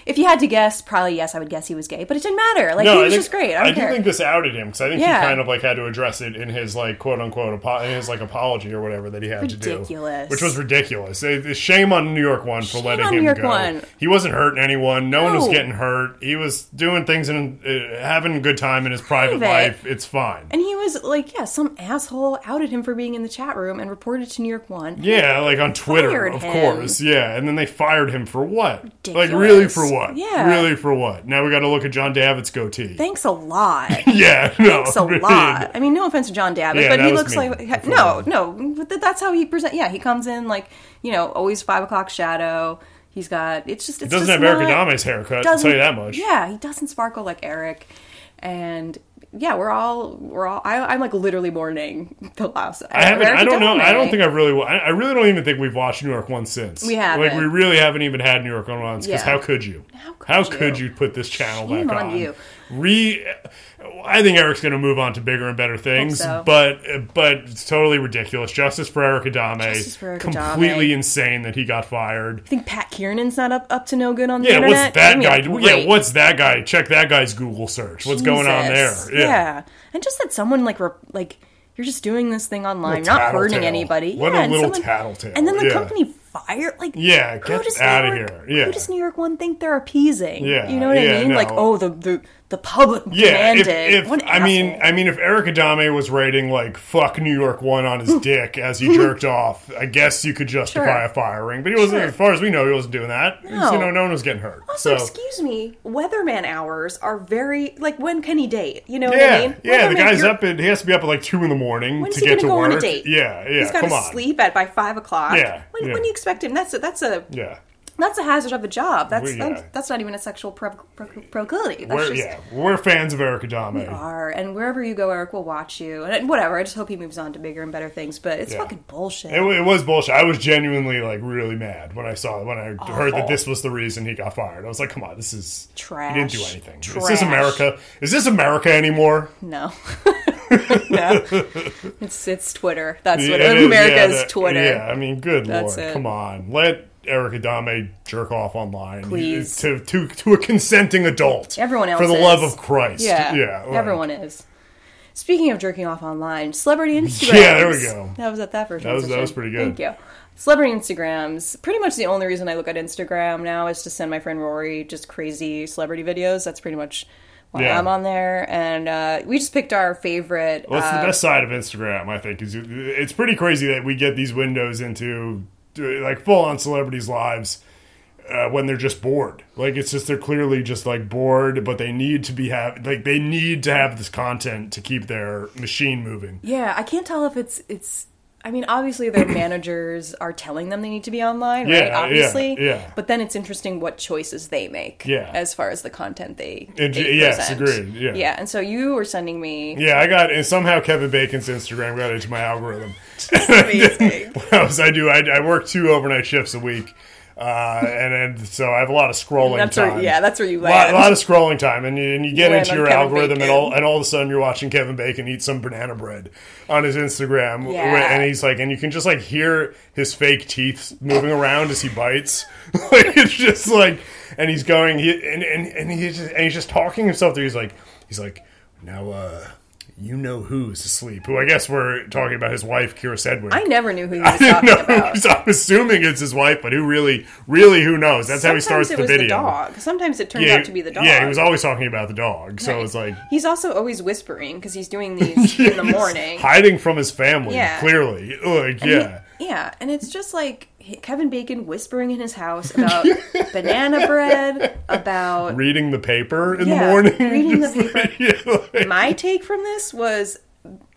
Speaker 3: If you had to guess, probably yes, I would guess he was gay, but it didn't matter. Like
Speaker 1: no,
Speaker 3: he
Speaker 1: I
Speaker 3: was
Speaker 1: think-
Speaker 3: just great. I, don't
Speaker 1: do
Speaker 3: care.
Speaker 1: think this outed him because I think
Speaker 3: Yeah.
Speaker 1: he kind of like had to address it in his like quote unquote apo- in his like apology or whatever that he had to do,
Speaker 3: Ridiculous.
Speaker 1: which was ridiculous. It- it's Shame on New York One for letting
Speaker 3: on
Speaker 1: him
Speaker 3: New York
Speaker 1: go.
Speaker 3: One.
Speaker 1: He wasn't hurting anyone. No, one was
Speaker 3: No.
Speaker 1: getting hurt. He was doing things and uh, having a good time in his private,
Speaker 3: Private.
Speaker 1: life. It's fine.
Speaker 3: and he was like, yeah, some asshole outed him for being in the chat room and reported to New York One.
Speaker 1: yeah, like on Twitter,
Speaker 3: Fired
Speaker 1: of
Speaker 3: him.
Speaker 1: course. Yeah, and then they fired him for what? Like
Speaker 3: Ridiculous.
Speaker 1: really for what?
Speaker 3: Yeah.
Speaker 1: really for what? Now we got to look at John Davitt's goatee.
Speaker 3: Thanks a lot.
Speaker 1: yeah, no,
Speaker 3: looks a lot. I mean, no offense to John Davitt,
Speaker 1: Yeah,
Speaker 3: but
Speaker 1: that
Speaker 3: he
Speaker 1: was
Speaker 3: looks
Speaker 1: me.
Speaker 3: like no, no. But th- that's how he present. Yeah, he comes in like you know, always five o'clock shadow. He's got it's just it's
Speaker 1: Doesn't
Speaker 3: just
Speaker 1: have Eric
Speaker 3: not-
Speaker 1: Adame's haircut. I'll
Speaker 3: doesn't-
Speaker 1: tell you that much.
Speaker 3: Yeah, he doesn't sparkle like Eric, and yeah, we're all we're all. I, I'm like literally mourning the loss.
Speaker 1: I haven't. I don't know. I don't think I've really. wa- I I really don't even think we've watched New York one since. We
Speaker 3: haven't.
Speaker 1: Like we really haven't even had New York one once. Because
Speaker 3: Yeah.
Speaker 1: how could you?
Speaker 3: How could
Speaker 1: How
Speaker 3: you?
Speaker 1: could you put this channel
Speaker 3: Shame
Speaker 1: back
Speaker 3: on
Speaker 1: on?
Speaker 3: you.
Speaker 1: Re. I think Eric's going to move on to bigger and better things,
Speaker 3: so.
Speaker 1: but but it's totally ridiculous. Justice for Eric Adame.
Speaker 3: Justice for Eric Adame.
Speaker 1: completely insane that he got fired.
Speaker 3: think Pat Kiernan's not up up to no good on the
Speaker 1: Yeah,
Speaker 3: internet.
Speaker 1: what's that
Speaker 3: I mean,
Speaker 1: guy? Yeah,
Speaker 3: great.
Speaker 1: what's that guy? Check that guy's Google search. What's going on there?
Speaker 3: Jesus. and just that someone like re- like you're just doing this thing online,
Speaker 1: Little
Speaker 3: not hurting
Speaker 1: tattletale.
Speaker 3: anybody.
Speaker 1: What a
Speaker 3: yeah, and
Speaker 1: little
Speaker 3: someone-
Speaker 1: tattletale.
Speaker 3: And then the
Speaker 1: Yeah.
Speaker 3: company fired. Like
Speaker 1: Yeah,
Speaker 3: who
Speaker 1: get
Speaker 3: does
Speaker 1: outta
Speaker 3: New York-
Speaker 1: here. Yeah.
Speaker 3: who does New York one think they're appeasing?
Speaker 1: Yeah,
Speaker 3: you know what
Speaker 1: yeah,
Speaker 3: I mean. Like
Speaker 1: no.
Speaker 3: oh, the the the public
Speaker 1: Yeah, if,
Speaker 3: demanded.
Speaker 1: if
Speaker 3: What an
Speaker 1: I mean,
Speaker 3: asshole.
Speaker 1: I mean, if Eric Adame was rating like "fuck New York" one on his dick as he jerked off, I guess you could justify
Speaker 3: Mm-hmm. Sure.
Speaker 1: a firing. But he wasn't,
Speaker 3: Sure.
Speaker 1: as far as we know, he wasn't doing that.
Speaker 3: No.
Speaker 1: You know, no one was getting hurt.
Speaker 3: Also,
Speaker 1: so
Speaker 3: excuse me, weatherman hours are very like when can he date? You know what
Speaker 1: yeah,
Speaker 3: I mean?
Speaker 1: yeah, the
Speaker 3: Weatherman,
Speaker 1: guy's
Speaker 3: you're-
Speaker 1: up at he has to be up at like two in the morning
Speaker 3: When's
Speaker 1: to
Speaker 3: he
Speaker 1: get to
Speaker 3: gonna go
Speaker 1: work.
Speaker 3: on a date?
Speaker 1: Yeah, yeah,
Speaker 3: He's got
Speaker 1: come
Speaker 3: to
Speaker 1: on.
Speaker 3: sleep at by five o'clock.
Speaker 1: Yeah,
Speaker 3: When,
Speaker 1: yeah.
Speaker 3: when do you expect him? That's a, that's a
Speaker 1: Yeah,
Speaker 3: That's a hazard of a job. That's
Speaker 1: Well, yeah.
Speaker 3: that's, that's not even a sexual pro- pro- proclivity. That's
Speaker 1: we're
Speaker 3: just
Speaker 1: yeah, we're fans of Eric Adame.
Speaker 3: are. And wherever you go, Eric will watch you. And whatever. I just hope he moves on to bigger and better things. But it's
Speaker 1: Yeah.
Speaker 3: fucking bullshit.
Speaker 1: It, wa- it was bullshit. I was genuinely like really mad when I saw when
Speaker 3: Oh,
Speaker 1: I heard that this was the reason he got fired. I was like, come on, this is He didn't do
Speaker 3: Trash.
Speaker 1: anything. Is
Speaker 3: Trash.
Speaker 1: this America? Is this America anymore?
Speaker 3: no. no. It's it's Twitter. That's what
Speaker 1: it is, yeah,
Speaker 3: America's
Speaker 1: that-
Speaker 3: Twitter.
Speaker 1: Yeah, I mean, good
Speaker 3: That's
Speaker 1: lord,
Speaker 3: it.
Speaker 1: come on, let Eric Adame jerk off online,
Speaker 3: Please.
Speaker 1: to to to a consenting adult.
Speaker 3: Everyone else
Speaker 1: for the
Speaker 3: is.
Speaker 1: love of Christ,
Speaker 3: Yeah.
Speaker 1: yeah, like,
Speaker 3: Everyone is. Speaking of jerking off online, celebrity Instagrams.
Speaker 1: Yeah, there we go.
Speaker 3: That was at that first.
Speaker 1: That was- that was
Speaker 3: transition.
Speaker 1: pretty good.
Speaker 3: Thank you. Celebrity Instagrams. Pretty much the only reason I look at Instagram now is to send my friend Rory just crazy celebrity videos. That's pretty much why
Speaker 1: Yeah.
Speaker 3: I'm on there. And uh, we just picked our favorite.
Speaker 1: Well, that's
Speaker 3: uh,
Speaker 1: the best side of Instagram, I think. Is it's pretty crazy that we get these windows into uh, like full on celebrities' lives uh, when they're just bored. Like it's just they're clearly just like bored, but they need to be have like they need to have this content to keep their machine moving.
Speaker 3: yeah, I can't tell if it's it's I mean, obviously their managers are telling them they need to be online,
Speaker 1: Yeah,
Speaker 3: right?
Speaker 1: yeah,
Speaker 3: Obviously,
Speaker 1: yeah.
Speaker 3: But then it's interesting what choices they make,
Speaker 1: Yeah.
Speaker 3: as far as the content they.
Speaker 1: And j-
Speaker 3: they
Speaker 1: yes,
Speaker 3: present.
Speaker 1: agreed, yeah.
Speaker 3: yeah. And so you were sending me
Speaker 1: Yeah, I got and somehow Kevin Bacon's Instagram got into my algorithm.
Speaker 3: amazing.
Speaker 1: As I do, I, I work two overnight shifts a week, uh, and then so I have a lot of scrolling
Speaker 3: that's
Speaker 1: time.
Speaker 3: where, yeah, that's where you
Speaker 1: a lot,
Speaker 3: land.
Speaker 1: lot of scrolling time, and you, and you get
Speaker 3: You land
Speaker 1: into
Speaker 3: on
Speaker 1: your
Speaker 3: Kevin
Speaker 1: algorithm, and
Speaker 3: Bacon.
Speaker 1: all and all of a sudden you're watching Kevin Bacon eat some banana bread on his Instagram, wh-
Speaker 3: Yeah.
Speaker 1: and he's like, and you can just like hear his fake teeth moving around as he bites, like it's just like, and he's going, he, and and and he's just, and he's just talking himself through. He's like, he's like, now. uh you know who's asleep? Who I guess we're talking about his wife, Kira Sedgwick.
Speaker 3: I never knew who he was
Speaker 1: didn't
Speaker 3: talking
Speaker 1: know
Speaker 3: about.
Speaker 1: who's- I'm assuming it's his wife, but who really, really, who knows? That's how he
Speaker 3: Sometimes
Speaker 1: starts
Speaker 3: it
Speaker 1: the
Speaker 3: was
Speaker 1: video.
Speaker 3: The dog. Sometimes it turns out to be the dog.
Speaker 1: Yeah, he was always talking about the dog. So
Speaker 3: Right.
Speaker 1: it's like
Speaker 3: He's also always whispering because he's doing these in the morning.
Speaker 1: hiding from his family.
Speaker 3: Yeah.
Speaker 1: Clearly, like yeah,
Speaker 3: Yeah, and it's just like Kevin Bacon whispering in his house about banana bread, about
Speaker 1: reading the paper in the
Speaker 3: Yeah,
Speaker 1: morning.
Speaker 3: reading the
Speaker 1: Just like- yeah, like-
Speaker 3: my take from this was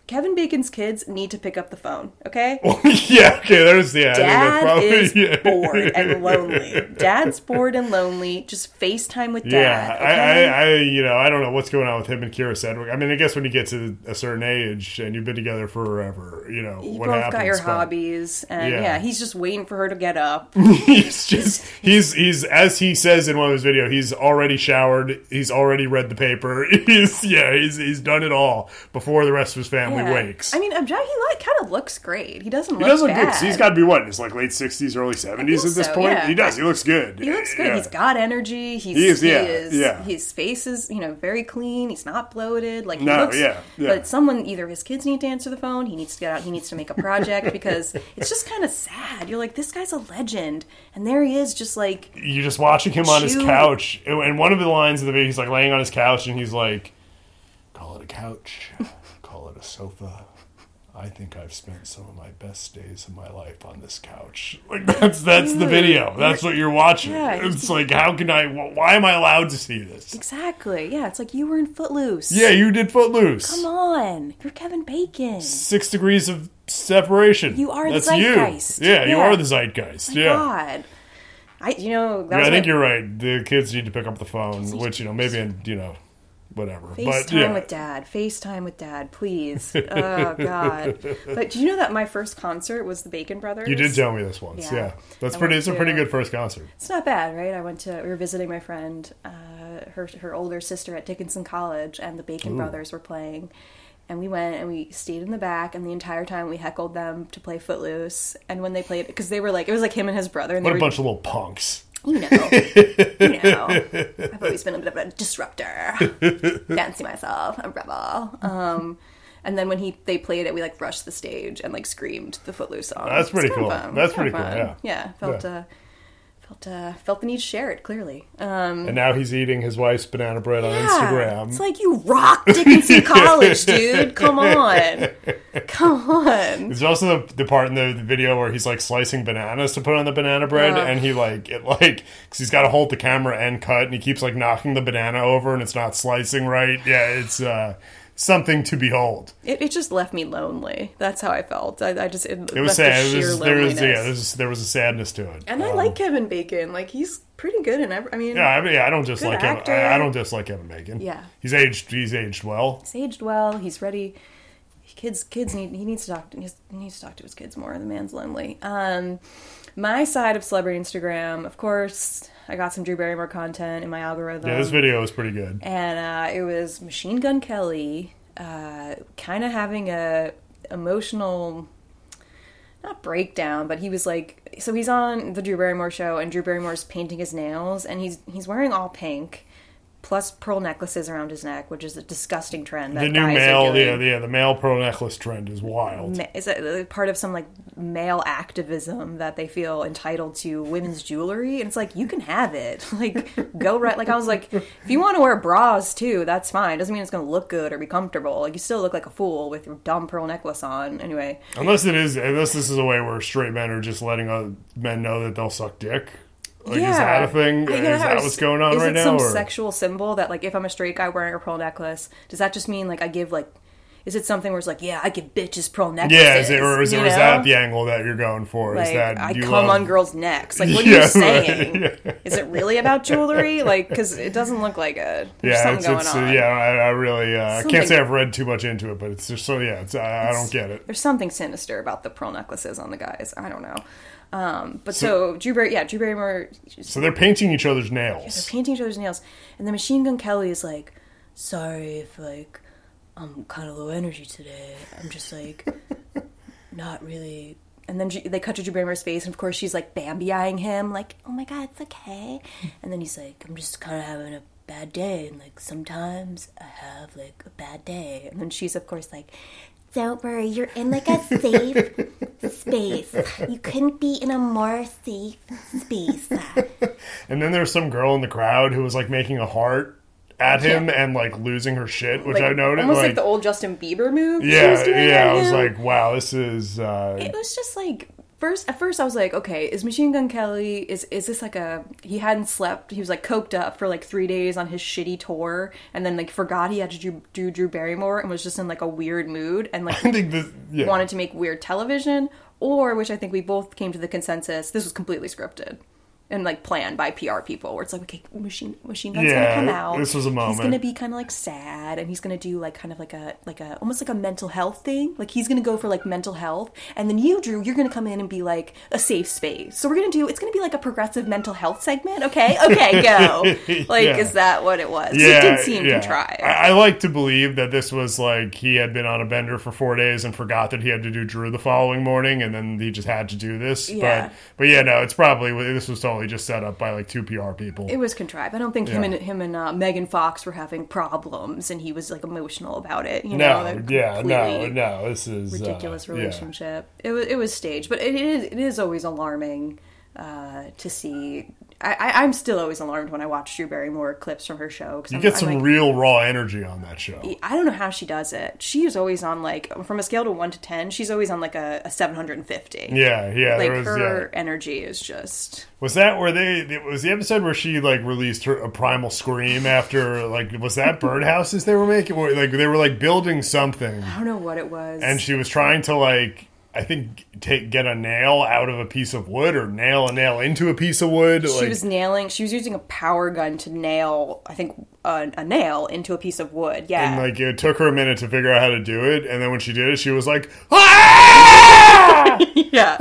Speaker 3: Kevin Bacon's kids need to pick up the phone, okay?
Speaker 1: yeah, okay. There's yeah. I think that's
Speaker 3: Dad
Speaker 1: probably,
Speaker 3: is
Speaker 1: yeah.
Speaker 3: bored and lonely. Dad's bored and lonely. Just FaceTime with dad.
Speaker 1: Yeah,
Speaker 3: okay?
Speaker 1: I, I, I, you know, I don't know what's going on with him and Kira Sedgwick. I mean, I guess when you get to a certain age and you've been together forever, you know,
Speaker 3: you
Speaker 1: what
Speaker 3: both
Speaker 1: happens?
Speaker 3: got your
Speaker 1: but-
Speaker 3: hobbies, and
Speaker 1: Yeah.
Speaker 3: yeah. he's just waiting for her to get up.
Speaker 1: he's just he's he's as he says in one of his video he's already showered he's already read the paper he's yeah he's he's done it all before the rest of his family
Speaker 3: Yeah.
Speaker 1: wakes
Speaker 3: I mean, object, he like, kind of looks great. He doesn't.
Speaker 1: he
Speaker 3: look
Speaker 1: does look
Speaker 3: bad.
Speaker 1: good he's got to be what in his like late 60s early 70s
Speaker 3: think
Speaker 1: at this
Speaker 3: so,
Speaker 1: point
Speaker 3: yeah.
Speaker 1: he does he looks good
Speaker 3: He looks good.
Speaker 1: Yeah.
Speaker 3: He's got energy. He's,
Speaker 1: He
Speaker 3: he
Speaker 1: is,
Speaker 3: is,
Speaker 1: yeah, yeah.
Speaker 3: His face is, you know, very clean. He's not bloated. Like he
Speaker 1: No,
Speaker 3: looks,
Speaker 1: yeah, yeah.
Speaker 3: But someone, either his kids need to answer the phone. He needs to get out. He needs to make a project because it's just kind of sad. You're like, this guy's a legend, and there he is, just like
Speaker 1: you're just watching him on his
Speaker 3: Chew.
Speaker 1: couch and- and one of the lines of the video he's like laying on his couch and he's like call it a couch call it a sofa I think I've spent some of my best days of my life on this couch. Like that's that's the video. That's what you're watching.
Speaker 3: Yeah.
Speaker 1: It's like how can I? wh- Why am I allowed to see this?
Speaker 3: exactly. Yeah, it's like you were in Footloose.
Speaker 1: Yeah, you did Footloose.
Speaker 3: Come on, you're Kevin Bacon.
Speaker 1: Six degrees of separation.
Speaker 3: You are the
Speaker 1: that's
Speaker 3: zeitgeist.
Speaker 1: You. Yeah, you
Speaker 3: Yeah.
Speaker 1: are the zeitgeist. yeah.
Speaker 3: God, I you know that
Speaker 1: Yeah,
Speaker 3: was
Speaker 1: I
Speaker 3: my
Speaker 1: think you're right. The kids need to pick up the phone, which you know maybe in, you know whatever.
Speaker 3: FaceTime
Speaker 1: but yeah,
Speaker 3: with dad. FaceTime with dad, please. Oh God. But do you know that my first concert was the Bacon Brothers?
Speaker 1: you did tell me this once. Yeah,
Speaker 3: Yeah.
Speaker 1: that's
Speaker 3: I
Speaker 1: pretty.
Speaker 3: went
Speaker 1: It's a
Speaker 3: to-
Speaker 1: pretty good first concert.
Speaker 3: It's not bad, right? I went to we were visiting my friend, uh, her her older sister at Dickinson College, and the Bacon Brothers were playing. And we went and we stayed in the back, and the entire time we heckled them to play Footloose. And when they played, because they were like, it was like him and his brother, and
Speaker 1: What
Speaker 3: they
Speaker 1: a
Speaker 3: were,
Speaker 1: bunch of little punks.
Speaker 3: you know, you know, I've always been a bit of a disruptor, fancy myself, a rebel. Um, and then when he they played it, we like rushed the stage and like screamed the Footloose song. It's
Speaker 1: That's pretty
Speaker 3: kinda
Speaker 1: cool.
Speaker 3: fun.
Speaker 1: That's
Speaker 3: Kinda
Speaker 1: pretty cool,
Speaker 3: fun.
Speaker 1: yeah.
Speaker 3: yeah, felt
Speaker 1: Yeah.
Speaker 3: uh, felt uh, felt the need to share it clearly. Um,
Speaker 1: And now he's eating his wife's banana bread on Instagram.
Speaker 3: It's like you rock Dickinson College, dude. Come on, come on.
Speaker 1: There's also the, the part in the, the video where he's like slicing bananas to put on the banana bread, and he like it like because he's got to hold the camera and cut, and he keeps like knocking the banana over, and it's not slicing right. Yeah, it's uh, something to behold.
Speaker 3: It, it just left me lonely. That's how I felt. I, I just it,
Speaker 1: It was
Speaker 3: left a
Speaker 1: sad. It
Speaker 3: sheer
Speaker 1: was, there was
Speaker 3: loneliness.
Speaker 1: yeah, there was, there was a sadness to it.
Speaker 3: And I
Speaker 1: Um,
Speaker 3: like Kevin Bacon. Like he's pretty good in every. I mean,
Speaker 1: Yeah, I, mean, yeah, I don't just
Speaker 3: Good
Speaker 1: like
Speaker 3: actor.
Speaker 1: Kevin. I, I don't just like Kevin Bacon.
Speaker 3: Yeah.
Speaker 1: he's aged. He's aged well.
Speaker 3: he's aged well. He's ready. Kids, kids need. He needs to talk. To, he needs to talk to his kids more. The man's lonely. Um, my side of celebrity Instagram, of course, I got some Drew Barrymore content in my algorithm.
Speaker 1: Yeah, this video is pretty good.
Speaker 3: and uh, it was Machine Gun Kelly, uh, kind of having a emotional, not breakdown, but he was like, so he's on the Drew Barrymore show, and Drew Barrymore's painting his nails, and he's he's wearing all pink, plus pearl necklaces around his neck, which is a disgusting trend. That
Speaker 1: The new
Speaker 3: guys
Speaker 1: male,
Speaker 3: are doing.
Speaker 1: yeah, the, yeah, the male pro necklace trend is wild.
Speaker 3: Ma- is it uh, part of some like male activism that they feel entitled to women's jewelry and it's like you can have it like go right like i was like if you want to wear bras too that's fine doesn't mean it's gonna look good or be comfortable like you still look like a fool with your dumb pearl necklace on anyway
Speaker 1: Unless it is, unless this is a way where straight men are just letting other men know that they'll suck dick. Like, is that a thing?
Speaker 3: I
Speaker 1: Is
Speaker 3: guess.
Speaker 1: that what's going on
Speaker 3: is
Speaker 1: right
Speaker 3: it
Speaker 1: now?
Speaker 3: some
Speaker 1: or-
Speaker 3: sexual symbol that like if i'm a straight guy wearing a pearl necklace does that just mean like i give like Is it something where it's like, yeah, I give bitches pearl necklaces?
Speaker 1: Yeah, is it, or is,
Speaker 3: you
Speaker 1: or is
Speaker 3: know?
Speaker 1: that the angle that you're going for?
Speaker 3: Like,
Speaker 1: is that
Speaker 3: I
Speaker 1: you um,
Speaker 3: come
Speaker 1: love-
Speaker 3: on girls' necks. Like, what are
Speaker 1: Yeah,
Speaker 3: you
Speaker 1: right,
Speaker 3: saying?
Speaker 1: yeah.
Speaker 3: Is it really about jewelry? Like, because it doesn't look like it. There's
Speaker 1: Yeah,
Speaker 3: something
Speaker 1: it's,
Speaker 3: going
Speaker 1: it's, uh,
Speaker 3: on.
Speaker 1: yeah. I, I really uh, I can't
Speaker 3: Something-
Speaker 1: say I've read too much into it, but it's just so yeah. It's, I, I don't get it.
Speaker 3: There's something sinister about the pearl necklaces on the guys. I don't know. Um, but so, Drew Barry, yeah, Drew Barrymore
Speaker 1: So they're painting each other's nails.
Speaker 3: painting each other's nails, and the Machine Gun Kelly is like, "Sorry if like I'm kind of low energy today. I'm just like not really." And then G- they cut to Drew Barrymore's face, and of course she's like Bambi eyeing him, like, "Oh my god, it's okay." And then he's like, "I'm just kind of having a bad day, and like sometimes I have like a bad day." And then she's of course like,
Speaker 6: Don't worry, you're in like a safe space. You couldn't be in a more safe space.
Speaker 1: And then there's some girl in the crowd who was like making a heart at him and like losing her shit, which I noted.
Speaker 3: almost like,
Speaker 1: Like,
Speaker 3: the old Justin Bieber move. she was
Speaker 1: yeah,
Speaker 3: doing
Speaker 1: yeah.
Speaker 3: at
Speaker 1: I was
Speaker 3: him.
Speaker 1: like, wow, this is. Uh,
Speaker 3: it was just like first at first I was like, okay, is Machine Gun Kelly is is this like a he hadn't slept, he was like coked up for like three days on his shitty tour, and then like forgot he had to do, do Drew Barrymore and was just in like a weird mood and like
Speaker 1: I think this. Yeah.
Speaker 3: wanted to make weird television, or which I think we both came to the consensus this was completely scripted. And like planned by PR people, where it's like, okay, machine machine gun's
Speaker 1: Yeah,
Speaker 3: gonna come out.
Speaker 1: this was a
Speaker 3: He's
Speaker 1: moment.
Speaker 3: gonna be kind of like sad, and he's gonna do like kind of like a like a almost like a mental health thing. Like he's gonna go for like mental health, and then you, Drew, you're gonna come in and be like a safe space. So we're gonna do it's gonna be like a progressive mental health segment. Okay, okay, go. Like,
Speaker 1: Yeah.
Speaker 3: is that what it was?
Speaker 1: yeah,
Speaker 3: it did seem
Speaker 1: yeah.
Speaker 3: contrived.
Speaker 1: I, I like to believe that this was like he had been on a bender for four days and forgot that he had to do Drew the following morning, and then he just had to do this.
Speaker 3: Yeah.
Speaker 1: But but yeah, no, it's probably this was totally just set up by like two PR people.
Speaker 3: It was contrived. I don't think him
Speaker 1: Yeah.
Speaker 3: and him and uh, Megan Fox were having problems, and he was like emotional about it. You know,
Speaker 1: no,
Speaker 3: like,
Speaker 1: yeah, no,
Speaker 3: completely
Speaker 1: no. This is uh,
Speaker 3: ridiculous
Speaker 1: yeah.
Speaker 3: relationship. It was it was staged, but it is it is always alarming uh, to see. I, I, I'm still always alarmed when I watch Drew Barrymore clips from her show because
Speaker 1: You get some
Speaker 3: like,
Speaker 1: real raw energy on that show.
Speaker 3: I don't know how she does it. She is always on like from a scale to one to ten. She's always on like a, a 750.
Speaker 1: Yeah,
Speaker 3: like
Speaker 1: yeah. there was,
Speaker 3: her
Speaker 1: yeah.
Speaker 3: energy is just
Speaker 1: was that where they? It was the episode where she like released her a primal scream after like was that birdhouses they were making? Where, Like they were like building something,
Speaker 3: I don't know what it was.
Speaker 1: and she was trying to like I think take get a nail out of a piece of wood or nail a nail into a piece of wood.
Speaker 3: she
Speaker 1: like,
Speaker 3: was nailing she was using a power gun to nail i think a, a nail into a piece of wood yeah
Speaker 1: and like it took her a minute to figure out how to do it, and then when she did it, she was like, "Ah!"
Speaker 3: yeah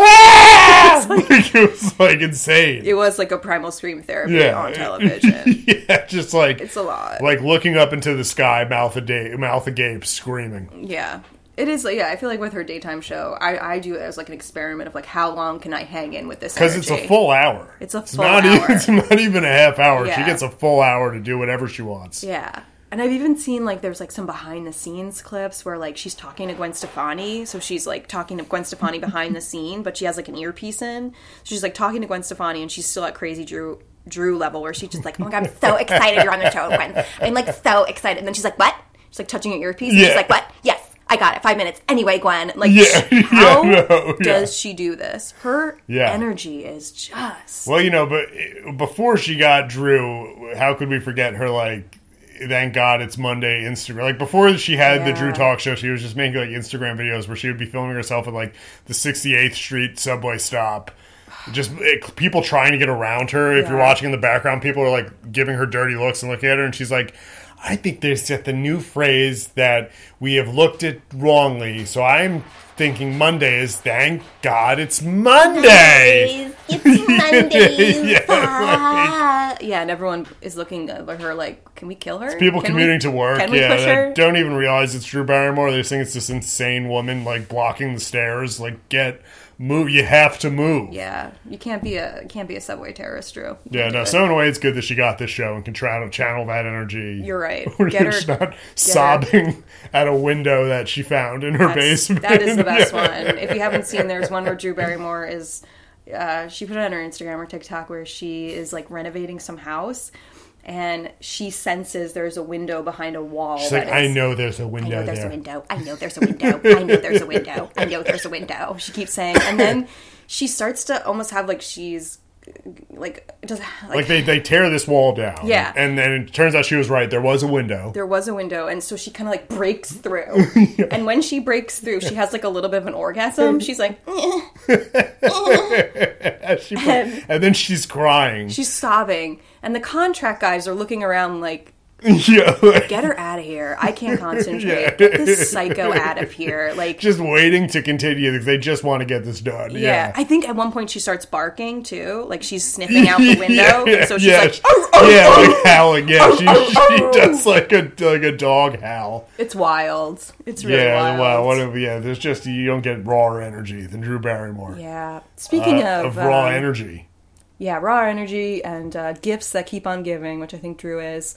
Speaker 1: like, it was like insane.
Speaker 3: it was like a primal scream therapy
Speaker 1: Yeah.
Speaker 3: on television
Speaker 1: yeah, just like
Speaker 3: it's a lot
Speaker 1: like looking up into the sky, mouth a mouth agape, screaming.
Speaker 3: yeah it is like yeah i feel like with her daytime show i i do it as like an experiment of like how long can i hang in with this
Speaker 1: Because it's a
Speaker 3: energy?
Speaker 1: full hour.
Speaker 3: It's a full
Speaker 1: not
Speaker 3: hour.
Speaker 1: Even, it's not even a half hour. She
Speaker 3: Yeah.
Speaker 1: gets a full hour to do whatever she wants.
Speaker 3: Yeah. And I've even seen like there's like some behind the scenes clips where like she's talking to Gwen Stefani, so she's like talking to Gwen Stefani behind the scene, but she has like an earpiece in. So she's like talking to Gwen Stefani and she's still at crazy Drew Drew level where she's just like, "Oh my god, I'm so excited you're on the show, Gwen. I'm like so excited." And then she's like, "What?" She's like touching her earpiece. And
Speaker 1: Yeah.
Speaker 3: she's like, "What? Yes, I got it. 5 minutes. Anyway, Gwen." Like
Speaker 1: Yeah. Yeah,
Speaker 3: how
Speaker 1: no, yeah.
Speaker 3: does she do this? Her
Speaker 1: Yeah.
Speaker 3: energy is just
Speaker 1: Well, you know, but eh, before she got Drew, how could we forget her like thank God it's Monday Instagram. Like before she had the Drew
Speaker 3: Yeah.
Speaker 1: Talk show, she was just making like Instagram videos where she would be filming herself at like the 68th Street subway stop. Just it, people trying to get around her. If you're
Speaker 3: Yeah.
Speaker 1: watching in the background, people are like giving her dirty looks and looking at her, and she's like, "I think there's just the new phrase that we have looked at wrongly." So I'm thinking Monday is thank God it's Monday.
Speaker 6: It's Mondays.
Speaker 3: Uh, yeah, and everyone is looking at her like, "Can we kill her?"
Speaker 1: People
Speaker 3: Can we-
Speaker 1: commuting to work,
Speaker 3: Can we
Speaker 1: yeah,
Speaker 3: push
Speaker 1: they
Speaker 3: her?
Speaker 1: don't even realize it's Drew Barrymore. They think it's this insane woman like blocking the stairs. Like, get move. You have to move.
Speaker 3: Yeah, you can't be a you can't be a subway terrorist, Drew. You
Speaker 1: Yeah,
Speaker 3: can't do
Speaker 1: no.
Speaker 3: it.
Speaker 1: So in a way, it's good that she got this show and can try to channel that energy.
Speaker 3: You're right.
Speaker 1: Where
Speaker 3: Get her-
Speaker 1: she's not sobbing at a window that she found in her
Speaker 3: That's-
Speaker 1: basement.
Speaker 3: that is the best
Speaker 1: Yeah.
Speaker 3: one. If you haven't seen, there's one where Drew Barrymore is. Uh, she put it on her Instagram or TikTok where she is like renovating some house, and she senses there's a window behind a wall.
Speaker 1: She's like,
Speaker 3: that
Speaker 1: I
Speaker 3: is-
Speaker 1: know there's a
Speaker 3: I know
Speaker 1: window
Speaker 3: there's
Speaker 1: there.
Speaker 3: a window. I know there's a window. I know there's a window. I know there's a window. She keeps saying, and then she starts to almost have like she's like just like,
Speaker 1: Like they, they tear this wall down.
Speaker 3: Yeah.
Speaker 1: And then it turns out she was right. There was a window.
Speaker 3: there was a window and so she kind of like breaks through and when she breaks through she has like a little bit of an orgasm she's like
Speaker 1: She put- and then she's crying.
Speaker 3: she's sobbing and the contract guys are looking around like
Speaker 1: yeah.
Speaker 3: get her out of here i can't concentrate get this psycho out of here like
Speaker 1: Just waiting to continue because they just want to get this done.
Speaker 3: yeah.
Speaker 1: Yeah.
Speaker 3: I think at one point she starts barking too. Like she's sniffing out the window.
Speaker 1: Yeah,
Speaker 3: and so she's
Speaker 1: yeah,
Speaker 3: like, "Oh,
Speaker 1: she- yeah, like howling. Yeah, she, she does like a like a dog howl.
Speaker 3: it's wild. It's really
Speaker 1: Yeah,
Speaker 3: wild.
Speaker 1: wow. What a, yeah, there's just you don't get raw energy than Drew Barrymore.
Speaker 3: yeah.
Speaker 1: Uh,
Speaker 3: Speaking of,
Speaker 1: of raw
Speaker 3: um,
Speaker 1: energy.
Speaker 3: yeah, raw energy and uh, gifts that keep on giving, which I think Drew is.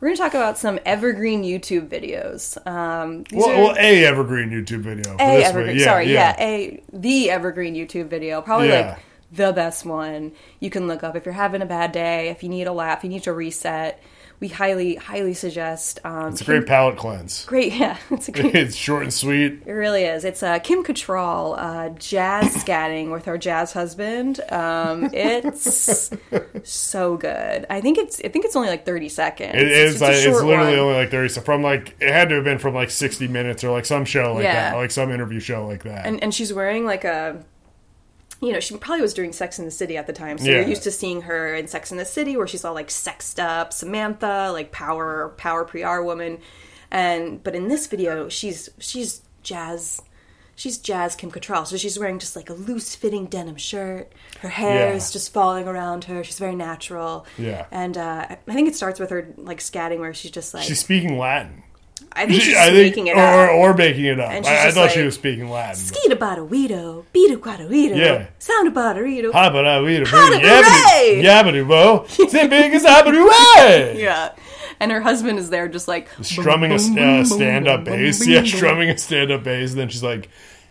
Speaker 3: We're going to talk about some evergreen YouTube videos. Um, these
Speaker 1: Well,
Speaker 3: are
Speaker 1: well, a evergreen YouTube video. for
Speaker 3: a
Speaker 1: this
Speaker 3: evergreen.
Speaker 1: week. Yeah,
Speaker 3: sorry, yeah.
Speaker 1: yeah.
Speaker 3: a the evergreen YouTube video, probably
Speaker 1: Yeah.
Speaker 3: like the best one you can look up if you're having a bad day, if you need a laugh, you need to reset. We highly, highly suggest. Um,
Speaker 1: It's a great palate cleanse.
Speaker 3: great, yeah, it's a great
Speaker 1: it's short and sweet.
Speaker 3: It really is. It's uh, Kim Cattrall uh, jazz scatting with her jazz husband. Um, it's so good. I think it's. I think it's only like thirty seconds.
Speaker 1: It
Speaker 3: just
Speaker 1: is.
Speaker 3: a
Speaker 1: Like, it's
Speaker 3: short
Speaker 1: literally
Speaker 3: one.
Speaker 1: only like thirty. So from like it had to have been from like sixty minutes or like some show like
Speaker 3: Yeah.
Speaker 1: that, like some interview show like that.
Speaker 3: And, and she's wearing like a. You know, she probably was doing Sex in the City at the time, so
Speaker 1: Yeah.
Speaker 3: you're used to seeing her in Sex in the City, where she's all like sexed up, Samantha, like power, power PR woman, and but in this video, she's she's jazz she's jazz Kim Cattrall, so she's wearing just like a loose fitting denim shirt. Her hair
Speaker 1: Yeah.
Speaker 3: is just falling around her. She's very natural.
Speaker 1: Yeah.
Speaker 3: And uh, I think it starts with her like scatting where she's just like
Speaker 1: she's speaking Latin.
Speaker 3: I think she's
Speaker 1: I think-
Speaker 3: making it
Speaker 1: or,
Speaker 3: up.
Speaker 1: or making it up.
Speaker 3: And she's
Speaker 1: I, I
Speaker 3: just
Speaker 1: thought she
Speaker 3: like,
Speaker 1: was speaking Latin. but-
Speaker 3: Skita bottoito, bita guadoito,
Speaker 1: Yeah.
Speaker 3: sound bottoito.
Speaker 1: Ah, but I read a
Speaker 3: Hada
Speaker 1: yabbity,
Speaker 3: hooray!
Speaker 1: yabbity bo. Sim big as yabbity way.
Speaker 3: Yeah. And her husband is there just like
Speaker 1: Strumming a st- uh, stand-up bass. Yeah, strumming a stand-up bass. And then she's like,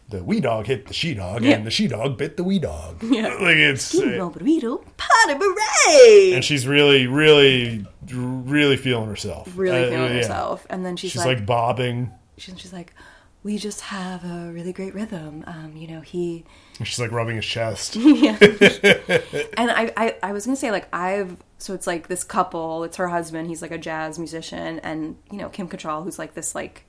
Speaker 1: the wee dog hit the she dog,
Speaker 3: Yeah.
Speaker 1: and the she dog bit the wee dog. Yeah. Like it's, uh,
Speaker 3: "Bum, burrito, pot of beret."
Speaker 1: and she's really, really, really feeling herself.
Speaker 3: Really
Speaker 1: Uh,
Speaker 3: feeling
Speaker 1: yeah.
Speaker 3: herself. And then she's,
Speaker 1: She's
Speaker 3: like,
Speaker 1: like bobbing.
Speaker 3: she's, she's like, we just have a really great rhythm. Um, you know, he
Speaker 1: She's like rubbing his chest.
Speaker 3: and I, I i was gonna say like i've so it's like this couple it's her husband he's like a jazz musician and you know kim Cattrall, who's like this like